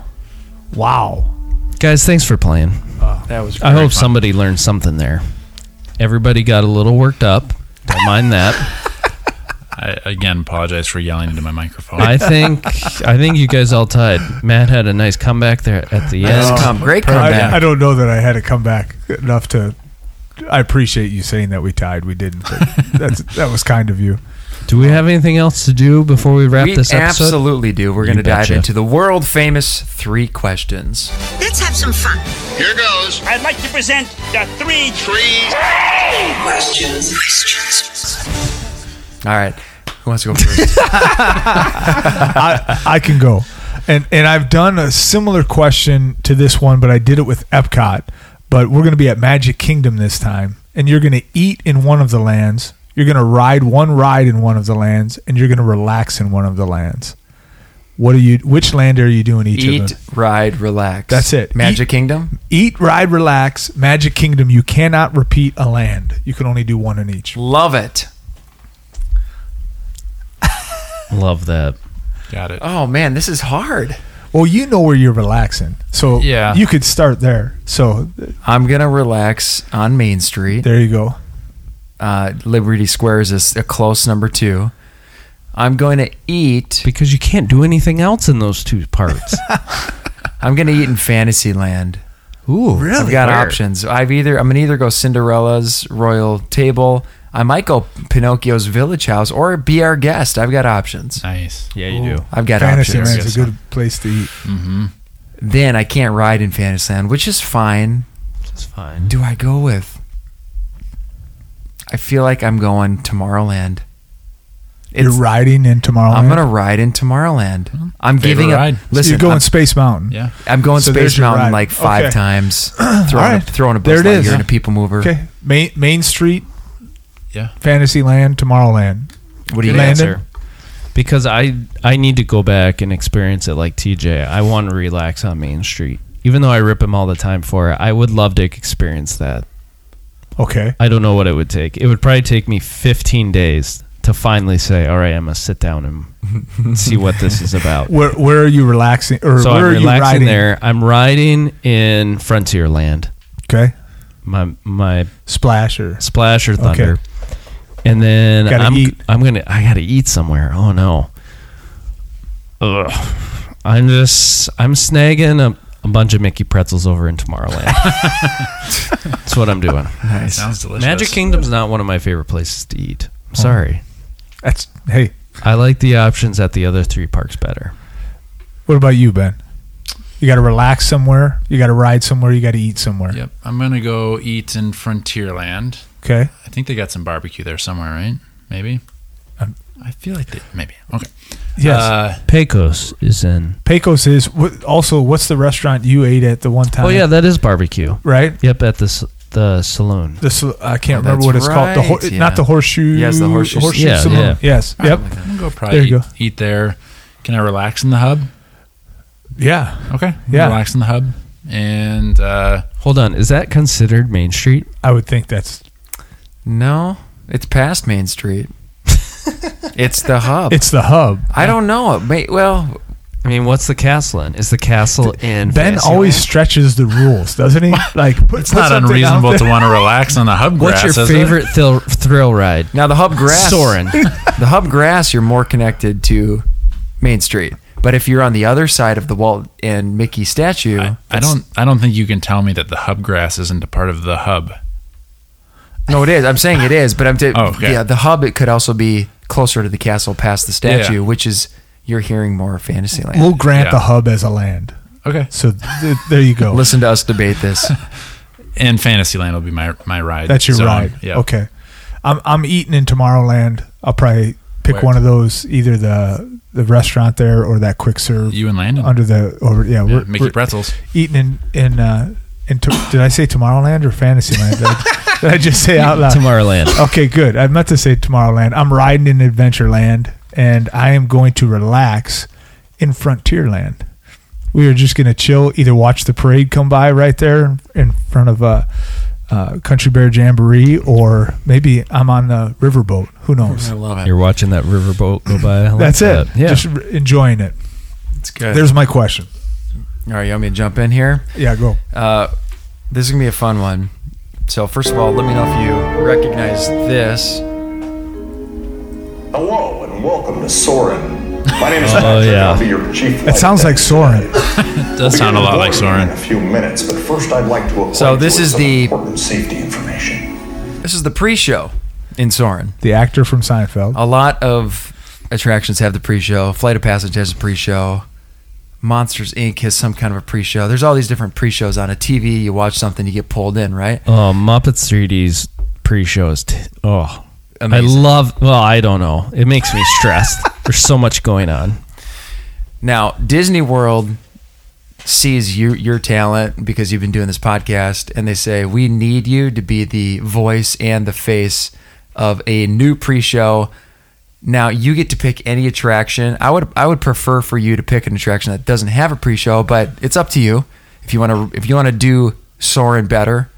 [SPEAKER 4] Wow.
[SPEAKER 3] Guys, thanks for playing.
[SPEAKER 1] That was.
[SPEAKER 3] I hope somebody learned something there. Everybody got a little worked up. Don't mind that.
[SPEAKER 2] I again apologize for yelling into my microphone.
[SPEAKER 3] I think I think you guys all tied. Matt had a nice comeback there at the
[SPEAKER 1] Nice
[SPEAKER 3] end.
[SPEAKER 1] come- great comeback.
[SPEAKER 4] I, I don't know that I had to come back enough to. I appreciate you saying that we tied. We didn't. But that's that was kind of you.
[SPEAKER 3] Do we have anything else to do before we wrap
[SPEAKER 1] we
[SPEAKER 3] this episode?
[SPEAKER 1] absolutely do. We're going to
[SPEAKER 3] You
[SPEAKER 1] dive
[SPEAKER 3] betcha.
[SPEAKER 1] into the world famous three questions.
[SPEAKER 5] Let's have some fun.
[SPEAKER 6] Here goes
[SPEAKER 7] I'd like to present the three
[SPEAKER 6] three.
[SPEAKER 1] All right, who wants to go first?
[SPEAKER 4] I can go. And and I've done a similar question to this one, but I did it with Epcot. But we're going to be at Magic Kingdom this time, and you're going to eat in one of the lands. You're going to ride one ride in one of the lands, and you're going to relax in one of the lands. What are you? Which land are you doing each of
[SPEAKER 1] Eat,
[SPEAKER 4] them?
[SPEAKER 1] ride, relax.
[SPEAKER 4] That's it.
[SPEAKER 1] Magic
[SPEAKER 4] Eat-
[SPEAKER 1] Kingdom.
[SPEAKER 4] Eat, ride, relax. Magic Kingdom. You cannot repeat a land. You can only do one in each.
[SPEAKER 1] Love it.
[SPEAKER 3] Love that.
[SPEAKER 2] Got it.
[SPEAKER 1] Oh man, this is hard.
[SPEAKER 4] Well, you know where you're relaxing, so
[SPEAKER 2] Yeah.
[SPEAKER 4] you could start there. So th-
[SPEAKER 1] I'm gonna relax on Main Street.
[SPEAKER 4] there you go.
[SPEAKER 1] Uh, Liberty Square is a s- a close number two. I'm going to eat.
[SPEAKER 3] Because you can't do anything else in those two parts.
[SPEAKER 1] I'm going to eat in Fantasyland.
[SPEAKER 3] Ooh.
[SPEAKER 1] I've got options. I've either I'm gonna either go Cinderella's Royal Table. I might go Pinocchio's Village House or be our guest. I've got options.
[SPEAKER 2] Nice.
[SPEAKER 3] Yeah, you do.
[SPEAKER 1] I've got options.
[SPEAKER 4] Fantasyland's a good place to eat.
[SPEAKER 1] Then I can't ride in Fantasyland, which is fine.
[SPEAKER 3] It's fine.
[SPEAKER 1] Do I go with? I feel like I'm going Tomorrowland.
[SPEAKER 4] You're
[SPEAKER 1] It's-
[SPEAKER 4] riding in Tomorrowland.
[SPEAKER 1] I'm gonna ride in Tomorrowland. I'm giving up.
[SPEAKER 2] ride.
[SPEAKER 4] So
[SPEAKER 1] Listen,
[SPEAKER 4] you're going
[SPEAKER 1] I'm-
[SPEAKER 4] Space Mountain.
[SPEAKER 2] Yeah.
[SPEAKER 1] I'm going
[SPEAKER 4] So there's
[SPEAKER 1] Space
[SPEAKER 4] your
[SPEAKER 1] Mountain
[SPEAKER 4] ride.
[SPEAKER 1] like five
[SPEAKER 4] Okay.
[SPEAKER 1] times. Throwing,
[SPEAKER 4] All
[SPEAKER 1] a,
[SPEAKER 4] right.
[SPEAKER 1] throwing a
[SPEAKER 4] There
[SPEAKER 1] bus
[SPEAKER 4] it
[SPEAKER 1] lighter
[SPEAKER 4] is.
[SPEAKER 1] and a people mover.
[SPEAKER 4] Okay. Main Main Street.
[SPEAKER 2] Yeah.
[SPEAKER 4] Fantasyland, Tomorrowland.
[SPEAKER 1] What do you
[SPEAKER 4] Good
[SPEAKER 1] guys?
[SPEAKER 4] answer.
[SPEAKER 3] Because I I need to go back and experience it like TJ. I want to relax on Main Street. Even though I rip him all the time for it, I would love to experience that.
[SPEAKER 4] Okay.
[SPEAKER 3] I don't know what it would take. It would probably take me 15 days to finally say, "All right, I'm gonna sit down and see what this is about."
[SPEAKER 4] Where Where are you relaxing? Or
[SPEAKER 3] so
[SPEAKER 4] where
[SPEAKER 3] I'm
[SPEAKER 4] are you
[SPEAKER 3] relaxing
[SPEAKER 4] riding?
[SPEAKER 3] there. I'm riding in Frontierland.
[SPEAKER 4] Okay.
[SPEAKER 3] My my
[SPEAKER 4] Splash or
[SPEAKER 3] Splash or Thunder.
[SPEAKER 4] Okay.
[SPEAKER 3] And then
[SPEAKER 4] Gotta
[SPEAKER 3] I'm
[SPEAKER 4] eat.
[SPEAKER 3] I'm gonna I gotta eat somewhere. Oh no. Ugh. I'm just I'm snagging a, a bunch of Mickey pretzels over in Tomorrowland. That's what I'm doing.
[SPEAKER 2] Sounds delicious.
[SPEAKER 3] Magic Kingdom's not one of my favorite places to eat. I'm
[SPEAKER 4] Oh.
[SPEAKER 3] sorry.
[SPEAKER 4] that's. Hey,
[SPEAKER 3] I like the options at the other three parks better.
[SPEAKER 4] what about you, Ben? You got to relax somewhere. You got to ride somewhere. You got to eat somewhere.
[SPEAKER 2] Yep. I'm gonna go eat in Frontierland.
[SPEAKER 4] Okay.
[SPEAKER 2] I think they got some barbecue there somewhere, right? Maybe.
[SPEAKER 4] Um,
[SPEAKER 2] I feel like they maybe. Okay.
[SPEAKER 4] Yes.
[SPEAKER 2] Uh,
[SPEAKER 3] Pecos is in.
[SPEAKER 4] Pecos is what, also. What's the restaurant you ate at the one time?
[SPEAKER 3] Oh yeah, that is barbecue.
[SPEAKER 4] Right.
[SPEAKER 3] Yep, at the s- the saloon.
[SPEAKER 4] This I can't
[SPEAKER 1] Oh,
[SPEAKER 4] remember what
[SPEAKER 1] that's
[SPEAKER 4] it's called. The
[SPEAKER 1] right,
[SPEAKER 4] hor-
[SPEAKER 1] yeah.
[SPEAKER 4] not the horseshoe.
[SPEAKER 1] Yes, the horseshoe Oh
[SPEAKER 3] Yeah,
[SPEAKER 4] saloon.
[SPEAKER 3] yeah.
[SPEAKER 4] Yes. Yep.
[SPEAKER 2] I'm gonna go probably
[SPEAKER 4] There you
[SPEAKER 2] eat,
[SPEAKER 4] go.
[SPEAKER 2] eat there. Can I relax in the hub?
[SPEAKER 4] Yeah.
[SPEAKER 2] Okay.
[SPEAKER 4] Yeah.
[SPEAKER 2] Relax in the hub. And uh,
[SPEAKER 3] Hold on, is that considered Main Street?
[SPEAKER 4] I would think that's
[SPEAKER 1] No, it's past Main Street. it's the hub.
[SPEAKER 4] it's the hub.
[SPEAKER 1] I don't know. It may, well,
[SPEAKER 3] I mean, what's the castle in? Is the castle in?
[SPEAKER 4] Ben
[SPEAKER 3] Fantasyland?
[SPEAKER 4] always stretches the rules, doesn't he? Like put,
[SPEAKER 2] it's
[SPEAKER 4] put
[SPEAKER 2] not
[SPEAKER 4] something out
[SPEAKER 2] unreasonable
[SPEAKER 4] there.
[SPEAKER 2] to want to relax on the hub
[SPEAKER 3] What's
[SPEAKER 2] grass.
[SPEAKER 3] your
[SPEAKER 2] is it?
[SPEAKER 3] favorite thrill, thrill ride?
[SPEAKER 1] now the hub grass.
[SPEAKER 3] Soren.
[SPEAKER 1] The hub grass, you're more connected to Main Street. But if you're on the other side of the Walt and Mickey statue,
[SPEAKER 2] I, I don't. I don't think you can tell me that the hub grass isn't a part of the hub.
[SPEAKER 1] No, it is. I'm saying it is, but I'm. T-
[SPEAKER 2] Oh, okay.
[SPEAKER 1] Yeah, the hub. It could also be closer to the castle, past the statue,
[SPEAKER 2] Yeah.
[SPEAKER 1] which is you're hearing more Fantasyland.
[SPEAKER 4] We'll grant
[SPEAKER 2] Yeah.
[SPEAKER 4] the hub as a land.
[SPEAKER 2] Okay.
[SPEAKER 4] So th- there you go.
[SPEAKER 1] Listen to us debate this.
[SPEAKER 2] And Fantasyland will be my my ride.
[SPEAKER 4] That's your
[SPEAKER 2] zone.
[SPEAKER 4] ride.
[SPEAKER 2] Yeah.
[SPEAKER 4] Okay. I'm I'm eating in Tomorrowland. I'll probably pick
[SPEAKER 2] Where?
[SPEAKER 4] one of those, either the the restaurant there or that quick serve
[SPEAKER 2] You and Landon.
[SPEAKER 4] under the over. Yeah,
[SPEAKER 2] yeah,
[SPEAKER 4] we're,
[SPEAKER 2] Mickey
[SPEAKER 4] we're
[SPEAKER 2] pretzels.
[SPEAKER 4] eating in in. Uh, in to- did I say Tomorrowland or Fantasyland? Did I, did I just say out loud?
[SPEAKER 3] Tomorrowland.
[SPEAKER 4] Okay, good. I meant to say Tomorrowland. I'm riding in Adventureland, and I am going to relax in Frontierland. We are just going to chill, either watch the parade come by right there in front of uh, uh, Country Bear Jamboree, or maybe I'm on the riverboat. Who knows?
[SPEAKER 1] I love it.
[SPEAKER 3] You're watching that riverboat go by. I like
[SPEAKER 4] That's it.
[SPEAKER 3] that. Yeah.
[SPEAKER 4] Just r- enjoying it.
[SPEAKER 1] It's good.
[SPEAKER 4] There's my question.
[SPEAKER 1] All right, you want me to jump in here?
[SPEAKER 4] Yeah, go.
[SPEAKER 1] Uh, this is gonna be a fun one. So first of all, let me know if you recognize this.
[SPEAKER 5] Hello and welcome to Soren. My name is
[SPEAKER 3] Oh,
[SPEAKER 5] Patrick.
[SPEAKER 3] yeah.
[SPEAKER 5] I'll be your chief.
[SPEAKER 3] Oh,
[SPEAKER 4] That sounds like Soren.
[SPEAKER 2] It does sound a lot like
[SPEAKER 5] In a
[SPEAKER 2] Soren.
[SPEAKER 5] few minutes, but first I'd like to.
[SPEAKER 1] So
[SPEAKER 5] acquaint
[SPEAKER 1] this
[SPEAKER 5] you with
[SPEAKER 1] is
[SPEAKER 5] some
[SPEAKER 1] the-
[SPEAKER 5] important safety information.
[SPEAKER 1] This is the pre-show in Soren.
[SPEAKER 4] The actor from Seinfeld.
[SPEAKER 3] Oh.
[SPEAKER 1] A lot of attractions have the pre-show. Flight of Passage has a pre-show. Monsters Inc. has some kind of a pre-show. There's all these different pre-shows on a TV. You watch something, you get pulled in, right?
[SPEAKER 3] Oh, Muppets 3D's pre-show is t- oh,
[SPEAKER 1] Amazing.
[SPEAKER 3] I love. Well, I don't know. It makes me stressed. There's so much going on.
[SPEAKER 1] Now Disney World sees your your talent because you've been doing this podcast, and they say we need you to be the voice and the face of a new pre-show. Now you get to pick any attraction. I would I would prefer for you to pick an attraction that doesn't have a pre-show, but it's up to you. If you want to if you want to do Soren better,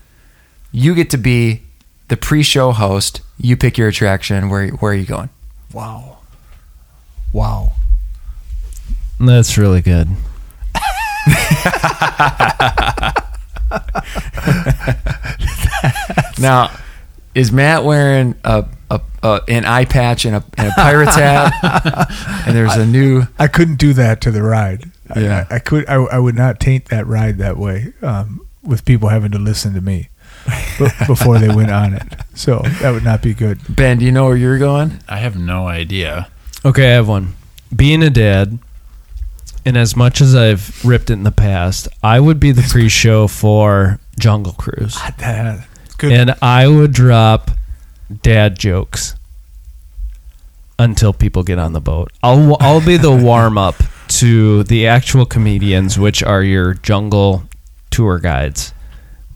[SPEAKER 1] you get to be the pre-show host. You pick your attraction. Where where are you going?
[SPEAKER 4] Wow. Wow.
[SPEAKER 3] That's really good.
[SPEAKER 1] Now, is Matt wearing a, a, a an eye patch and a, and a pirate's hat? and there's a new
[SPEAKER 4] I couldn't do that to the ride. I-
[SPEAKER 1] Yeah.
[SPEAKER 4] I, I could. I, I would not taint that ride that way um, with people having to listen to me b- before they went on it. So that would not be good.
[SPEAKER 1] Ben. Do you know where you're going?
[SPEAKER 2] I have no idea.
[SPEAKER 3] Okay, I have one. Being a dad, and as much as I've ripped it in the past, I would be the pre-show for Jungle Cruise,
[SPEAKER 4] That- Good.
[SPEAKER 3] and I would drop dad jokes until people get on the boat. I'll I'll be the warm up to the actual comedians, which are your jungle tour guides.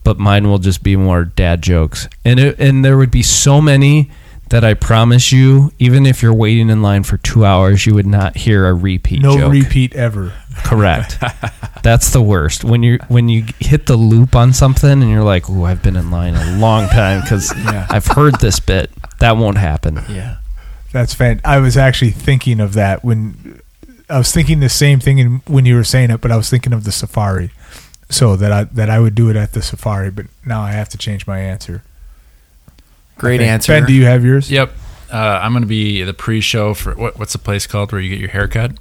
[SPEAKER 3] But mine will just be more dad jokes, and it, and there would be so many that I promise you, even if you're waiting in line for two hours, you would not hear a repeat.
[SPEAKER 4] no
[SPEAKER 3] joke.
[SPEAKER 4] repeat ever.
[SPEAKER 3] Correct. That's the worst when you when you hit the loop on something and you're like, "Ooh, I've been in line a long time because I've heard this bit." That won't happen.
[SPEAKER 1] Yeah.
[SPEAKER 4] That's fan. I was actually thinking of that when I was thinking the same thing in, when you were saying it, but I was thinking of the safari. So that I that I would do it at the safari, but now I have to change my answer.
[SPEAKER 1] Great
[SPEAKER 4] Okay.
[SPEAKER 1] answer.
[SPEAKER 4] Ben, do you have yours?
[SPEAKER 2] Yep. Uh, I'm going to be the pre-show for what, what's the place called where you get your haircut?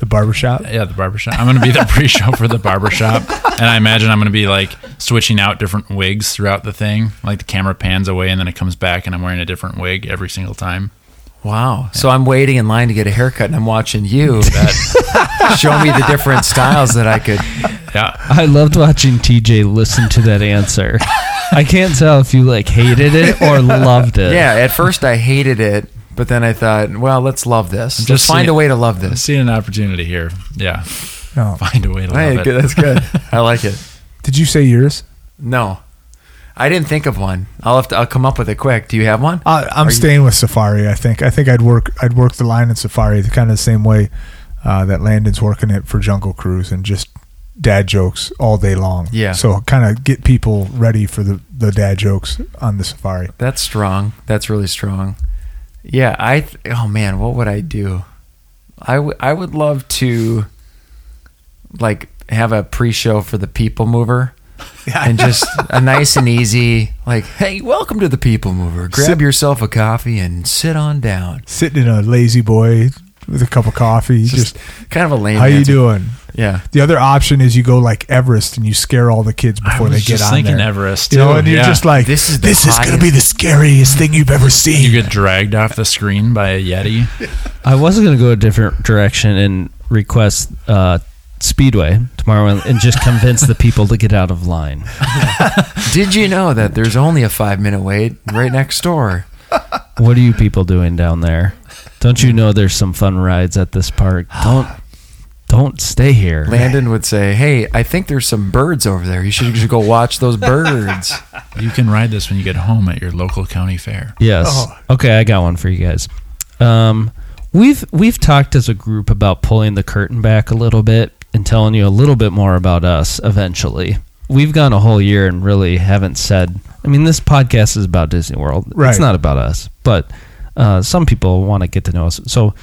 [SPEAKER 4] The barbershop.
[SPEAKER 2] Yeah, the barbershop. I'm going to be the pre-show for the barbershop. And I imagine I'm going to be like switching out different wigs throughout the thing. Like the camera pans away and then it comes back and I'm wearing a different wig every single time.
[SPEAKER 1] wow. So I'm waiting in line to get a haircut, and I'm watching you show me the different styles that I could.
[SPEAKER 2] Yeah.
[SPEAKER 3] I loved watching TJ listen to that answer. I can't tell if you like hated it or loved it.
[SPEAKER 1] Yeah. At first, I hated it, but then I thought, well, let's love this. Just
[SPEAKER 2] just
[SPEAKER 1] find
[SPEAKER 2] seeing-
[SPEAKER 1] a way to love
[SPEAKER 2] I'm
[SPEAKER 1] this.
[SPEAKER 2] seeing an opportunity here. Yeah.
[SPEAKER 4] No.
[SPEAKER 2] Find a way to
[SPEAKER 1] Oh. Hey,
[SPEAKER 2] love
[SPEAKER 1] good-
[SPEAKER 2] it.
[SPEAKER 1] that's good. I like it.
[SPEAKER 4] Did you say yours?
[SPEAKER 1] No, I didn't think of one. I'll have to. I'll come up with it quick. Do you have one?
[SPEAKER 4] I, I'm
[SPEAKER 1] Are you-
[SPEAKER 4] staying with Safari. I think. I think I'd work. I'd work the line in Safari the kind of the same way uh, that Landon's working it for Jungle Cruise and just dad jokes all day long.
[SPEAKER 1] Yeah.
[SPEAKER 4] So kind of get people ready for the the dad jokes on the Safari.
[SPEAKER 1] That's strong. That's really strong. Yeah, I. Th- oh man, what would I do? I w- I would love to, like, have a pre-show for the People Mover, and just a nice and easy, like, hey, welcome to the People Mover. Grab
[SPEAKER 4] Sit-
[SPEAKER 1] yourself a coffee and sit on down.
[SPEAKER 4] Sitting in a lazy boy with a cup of coffee. Just,
[SPEAKER 1] Just, kind of a lame.
[SPEAKER 4] how you
[SPEAKER 1] answer.
[SPEAKER 4] doing?
[SPEAKER 1] Yeah.
[SPEAKER 4] The other option is you go like Everest and you scare all the kids before
[SPEAKER 2] was
[SPEAKER 4] they get
[SPEAKER 2] just
[SPEAKER 4] on
[SPEAKER 2] thinking
[SPEAKER 4] there.
[SPEAKER 2] Everest,
[SPEAKER 4] You know,
[SPEAKER 2] too,
[SPEAKER 4] and you're
[SPEAKER 2] yeah.
[SPEAKER 4] just like,
[SPEAKER 1] This
[SPEAKER 4] this
[SPEAKER 1] is
[SPEAKER 4] is
[SPEAKER 1] the
[SPEAKER 4] this is going to be the scariest thing you've ever seen.
[SPEAKER 2] You get dragged off the screen by a Yeti.
[SPEAKER 3] I was gonna go a different direction and request uh, Speedway tomorrow and just convince the people to get out of line.
[SPEAKER 1] Did you know that there's only a five minute wait right next door?
[SPEAKER 3] What are you people doing down there? Don't you know there's some fun rides at this park? Don't don't stay here.
[SPEAKER 1] Landon would say, "Hey, I think there's some birds over there. You should just go watch those birds."
[SPEAKER 2] You can ride this when you get home at your local county fair.
[SPEAKER 3] Yes. Okay, I got one for you guys. Um, we've we've talked as a group about pulling the curtain back a little bit and telling you a little bit more about us eventually. we've gone a whole year and really haven't said. I mean, this podcast is about Disney World.
[SPEAKER 4] Right.
[SPEAKER 3] It's not about us, but uh, some people want to get to know us. So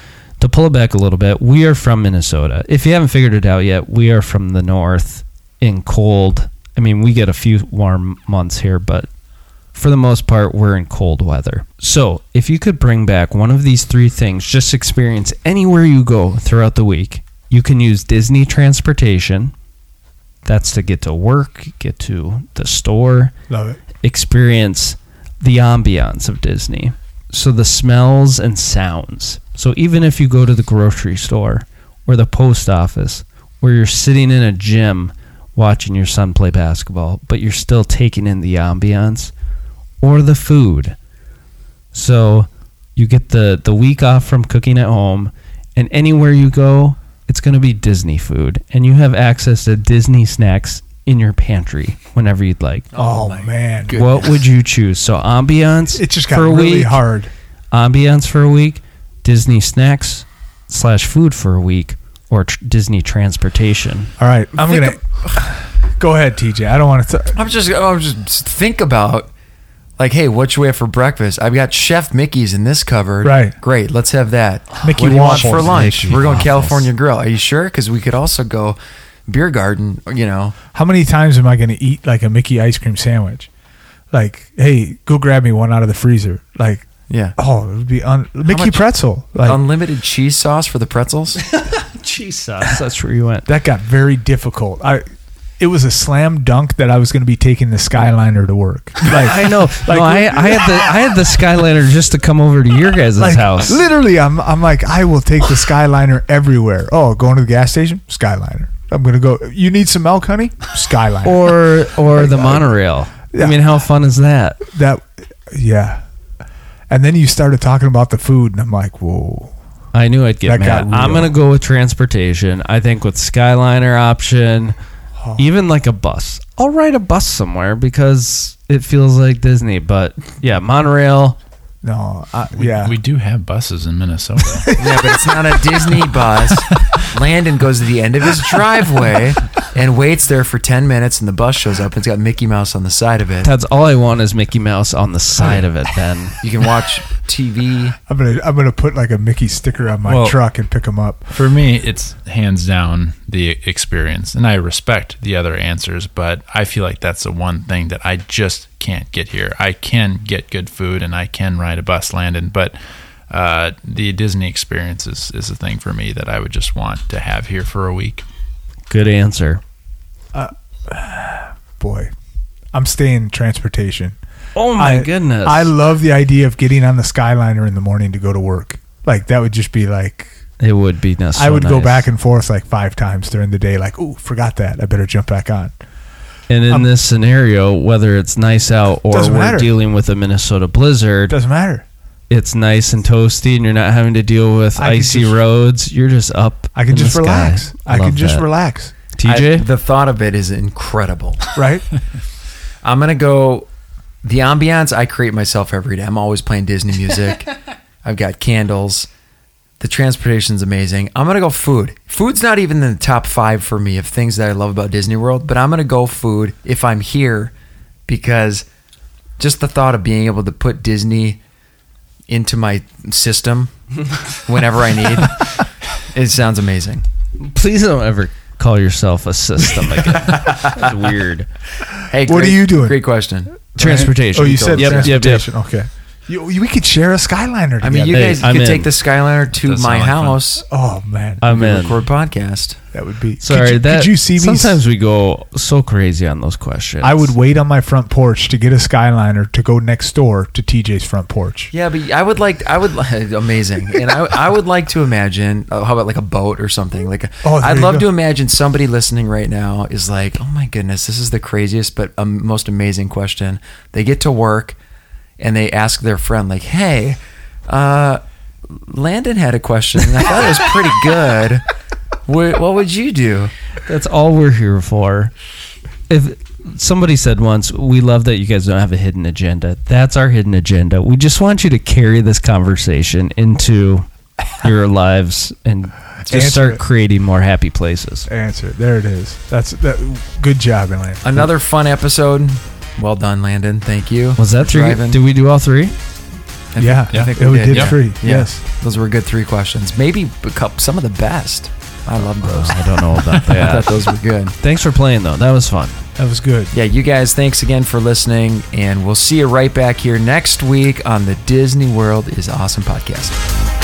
[SPEAKER 3] to pull it back a little bit, we are from Minnesota. If you haven't figured it out yet, we are from the north in cold. I mean, we get a few warm months here, but for the most part, we're in cold weather. So, if you could bring back one of these three things, just experience anywhere you go throughout the week, you can use Disney transportation. That's to get to work, get to the store,
[SPEAKER 4] Love it.
[SPEAKER 3] experience the ambiance of Disney. So the smells and sounds. So even if you go to the grocery store or the post office or you're sitting in a gym watching your son play basketball, but you're still taking in the ambiance or the food. So you get the, the week off from cooking at home and anywhere you go, it's going to be Disney food and you have access to Disney snacks in your pantry whenever you'd like.
[SPEAKER 4] Oh, man,
[SPEAKER 3] What would you choose? So ambiance.
[SPEAKER 4] it just got
[SPEAKER 3] for a
[SPEAKER 4] really
[SPEAKER 3] week,
[SPEAKER 4] hard.
[SPEAKER 3] Ambiance for a week. Disney snacks slash food for a week, or tr- Disney transportation.
[SPEAKER 4] All right, I'm
[SPEAKER 1] Think
[SPEAKER 4] gonna go ahead, TJ. I don't want to.
[SPEAKER 1] I'm just, I'm just think about like, hey, what should we have for breakfast? I've got Chef Mickey's in this cupboard.
[SPEAKER 4] Right.
[SPEAKER 1] Great. Let's have that.
[SPEAKER 4] Mickey
[SPEAKER 1] what do you want
[SPEAKER 4] waffles.
[SPEAKER 1] for lunch?
[SPEAKER 2] Mickey
[SPEAKER 1] We're going
[SPEAKER 2] waffles.
[SPEAKER 1] California Grill. Are you sure? Because we could also go beer garden. You know,
[SPEAKER 4] How many times am I gonna eat like a Mickey ice cream sandwich? Like, hey, go grab me one out of the freezer. Like,
[SPEAKER 1] yeah.
[SPEAKER 4] oh, it would be un- Mickey
[SPEAKER 1] much-
[SPEAKER 4] pretzel. Like
[SPEAKER 1] Unlimited cheese sauce for the pretzels.
[SPEAKER 3] Jesus, that's where you went.
[SPEAKER 4] that got very difficult. I. It was a slam dunk that I was going to be taking the Skyliner to work. Like,
[SPEAKER 3] I know.
[SPEAKER 4] Like-
[SPEAKER 3] no, I, I had the I had the Skyliner just to come over to your guys'
[SPEAKER 4] like,
[SPEAKER 3] house.
[SPEAKER 4] Literally, I'm I'm like I will take the Skyliner everywhere. Oh, going to the gas station, Skyliner. I'm gonna go. You need some milk, honey? Skyliner.
[SPEAKER 3] Or or the monorail.
[SPEAKER 4] Yeah.
[SPEAKER 3] I mean, how fun is that?
[SPEAKER 4] that, yeah. And then you started talking about the food, and I'm like, whoa.
[SPEAKER 3] I knew I'd get
[SPEAKER 4] That
[SPEAKER 3] mad.
[SPEAKER 4] got real.
[SPEAKER 3] I'm gonna go with transportation. I think with Skyliner option, even like a bus. I'll ride a bus somewhere because it feels like Disney. But yeah, monorail.
[SPEAKER 4] No, I, yeah.
[SPEAKER 2] We do have buses in Minnesota.
[SPEAKER 1] Yeah, but it's not a Disney bus. Landon goes to the end of his driveway and waits there for 10 minutes, and the bus shows up. It's got Mickey Mouse on the side of it.
[SPEAKER 3] That's all I want is Mickey Mouse on the side of it. Then
[SPEAKER 1] You can watch TV.
[SPEAKER 4] I'm gonna I'm gonna put like a Mickey sticker on my
[SPEAKER 2] Well-
[SPEAKER 4] truck and pick them up.
[SPEAKER 2] For me, it's hands down the experience, and I respect the other answers, but I feel like that's the one thing that I just can't get here. I can get good food, and I can ride a bus, Landon, but uh, the Disney experience is is a thing for me that I would just want to have here for a week.
[SPEAKER 3] good answer.
[SPEAKER 4] Boy, I'm staying transportation.
[SPEAKER 3] Oh my
[SPEAKER 4] I-
[SPEAKER 3] goodness!
[SPEAKER 4] I love the idea of getting on the Skyliner in the morning to go to work. Like that would just be like
[SPEAKER 3] it would be nice.
[SPEAKER 4] I would go back and forth like five times during the day. Like, oh, forgot that. I better jump back on.
[SPEAKER 3] and in
[SPEAKER 4] um,
[SPEAKER 3] this scenario, whether it's nice out or
[SPEAKER 4] Doesn't
[SPEAKER 3] we're
[SPEAKER 4] matter.
[SPEAKER 3] dealing with a Minnesota blizzard,
[SPEAKER 4] Doesn't matter.
[SPEAKER 3] it's nice and toasty, and you're not having to deal with
[SPEAKER 4] I could
[SPEAKER 3] icy
[SPEAKER 4] just-
[SPEAKER 3] roads. You're just up.
[SPEAKER 4] I can
[SPEAKER 3] in
[SPEAKER 4] just
[SPEAKER 3] the sky.
[SPEAKER 4] relax. I can
[SPEAKER 3] Love
[SPEAKER 4] just
[SPEAKER 3] that.
[SPEAKER 4] relax.
[SPEAKER 1] I-
[SPEAKER 3] TJ,
[SPEAKER 1] the thought of it is incredible.
[SPEAKER 4] Right?
[SPEAKER 1] I'm going to go the ambiance I create myself every day. I'm always playing Disney music. I've got candles. The transportation's amazing. I'm going to go food. Food's not even in the top five for me of things that I love about Disney World, but I'm going to go food if I'm here because just the thought of being able to put Disney into my system whenever I need it sounds amazing.
[SPEAKER 3] please don't ever call yourself a system again. That's weird.
[SPEAKER 1] Hey,
[SPEAKER 4] What are
[SPEAKER 1] great-
[SPEAKER 4] you doing?
[SPEAKER 1] Great question.
[SPEAKER 3] Transportation.
[SPEAKER 4] Oh, you said
[SPEAKER 3] Yep, yep, yep.
[SPEAKER 4] transportation. Okay. You, you- we could share a Skyliner. Together.
[SPEAKER 1] I mean, you
[SPEAKER 3] Hey,
[SPEAKER 1] guys
[SPEAKER 3] I'm
[SPEAKER 1] could
[SPEAKER 3] in.
[SPEAKER 1] take the Skyliner to
[SPEAKER 2] does
[SPEAKER 1] my
[SPEAKER 2] sound like fun.
[SPEAKER 1] house
[SPEAKER 4] Oh man,
[SPEAKER 3] I'm
[SPEAKER 1] and
[SPEAKER 3] in.
[SPEAKER 1] record podcast.
[SPEAKER 4] that would be.
[SPEAKER 3] Uh, Sorry,
[SPEAKER 4] could you,
[SPEAKER 3] that
[SPEAKER 4] could you see me?
[SPEAKER 3] Sometimes we go so crazy on those questions.
[SPEAKER 4] I would wait on my front porch to get a Skyliner to go next door to TJ's front porch.
[SPEAKER 1] Yeah, but I would like I would li- amazing, and I I would like to imagine uh, how about like a boat or something like. A,
[SPEAKER 4] Oh, there
[SPEAKER 1] I'd
[SPEAKER 4] you
[SPEAKER 1] love
[SPEAKER 4] go.
[SPEAKER 1] to imagine somebody listening right now is like, oh my goodness, this is the craziest but um, most amazing question. They get to work, and they ask their friend like, hey, uh, Landon had a question, and I thought it was pretty good. What, what would you do?
[SPEAKER 3] That's all we're here for. If somebody said once, we love that you guys don't have a hidden agenda. That's our hidden agenda. We just want you to carry this conversation into your lives and just
[SPEAKER 4] Answer
[SPEAKER 3] start
[SPEAKER 4] it.
[SPEAKER 3] creating more happy places.
[SPEAKER 4] Answer. There it is. That's that. Good job, Atlanta.
[SPEAKER 1] Another fun episode. Well done, Landon. Thank you.
[SPEAKER 3] Was that
[SPEAKER 1] for
[SPEAKER 3] three?
[SPEAKER 1] driving.
[SPEAKER 3] Did we do all three?
[SPEAKER 1] I think-
[SPEAKER 4] Yeah,
[SPEAKER 1] I think
[SPEAKER 4] it
[SPEAKER 1] we did.
[SPEAKER 4] did
[SPEAKER 1] yeah.
[SPEAKER 4] three.
[SPEAKER 1] Yeah.
[SPEAKER 4] Yes.
[SPEAKER 1] Those were good three questions. Maybe a coup- some of the best. I love those.
[SPEAKER 3] I don't know about
[SPEAKER 1] I
[SPEAKER 3] that.
[SPEAKER 1] thought those were good.
[SPEAKER 3] Thanks for playing though. That was fun.
[SPEAKER 4] That was good.
[SPEAKER 1] Yeah, you guys, thanks again for listening, and we'll see you right back here next week on the Disney World is Awesome podcast.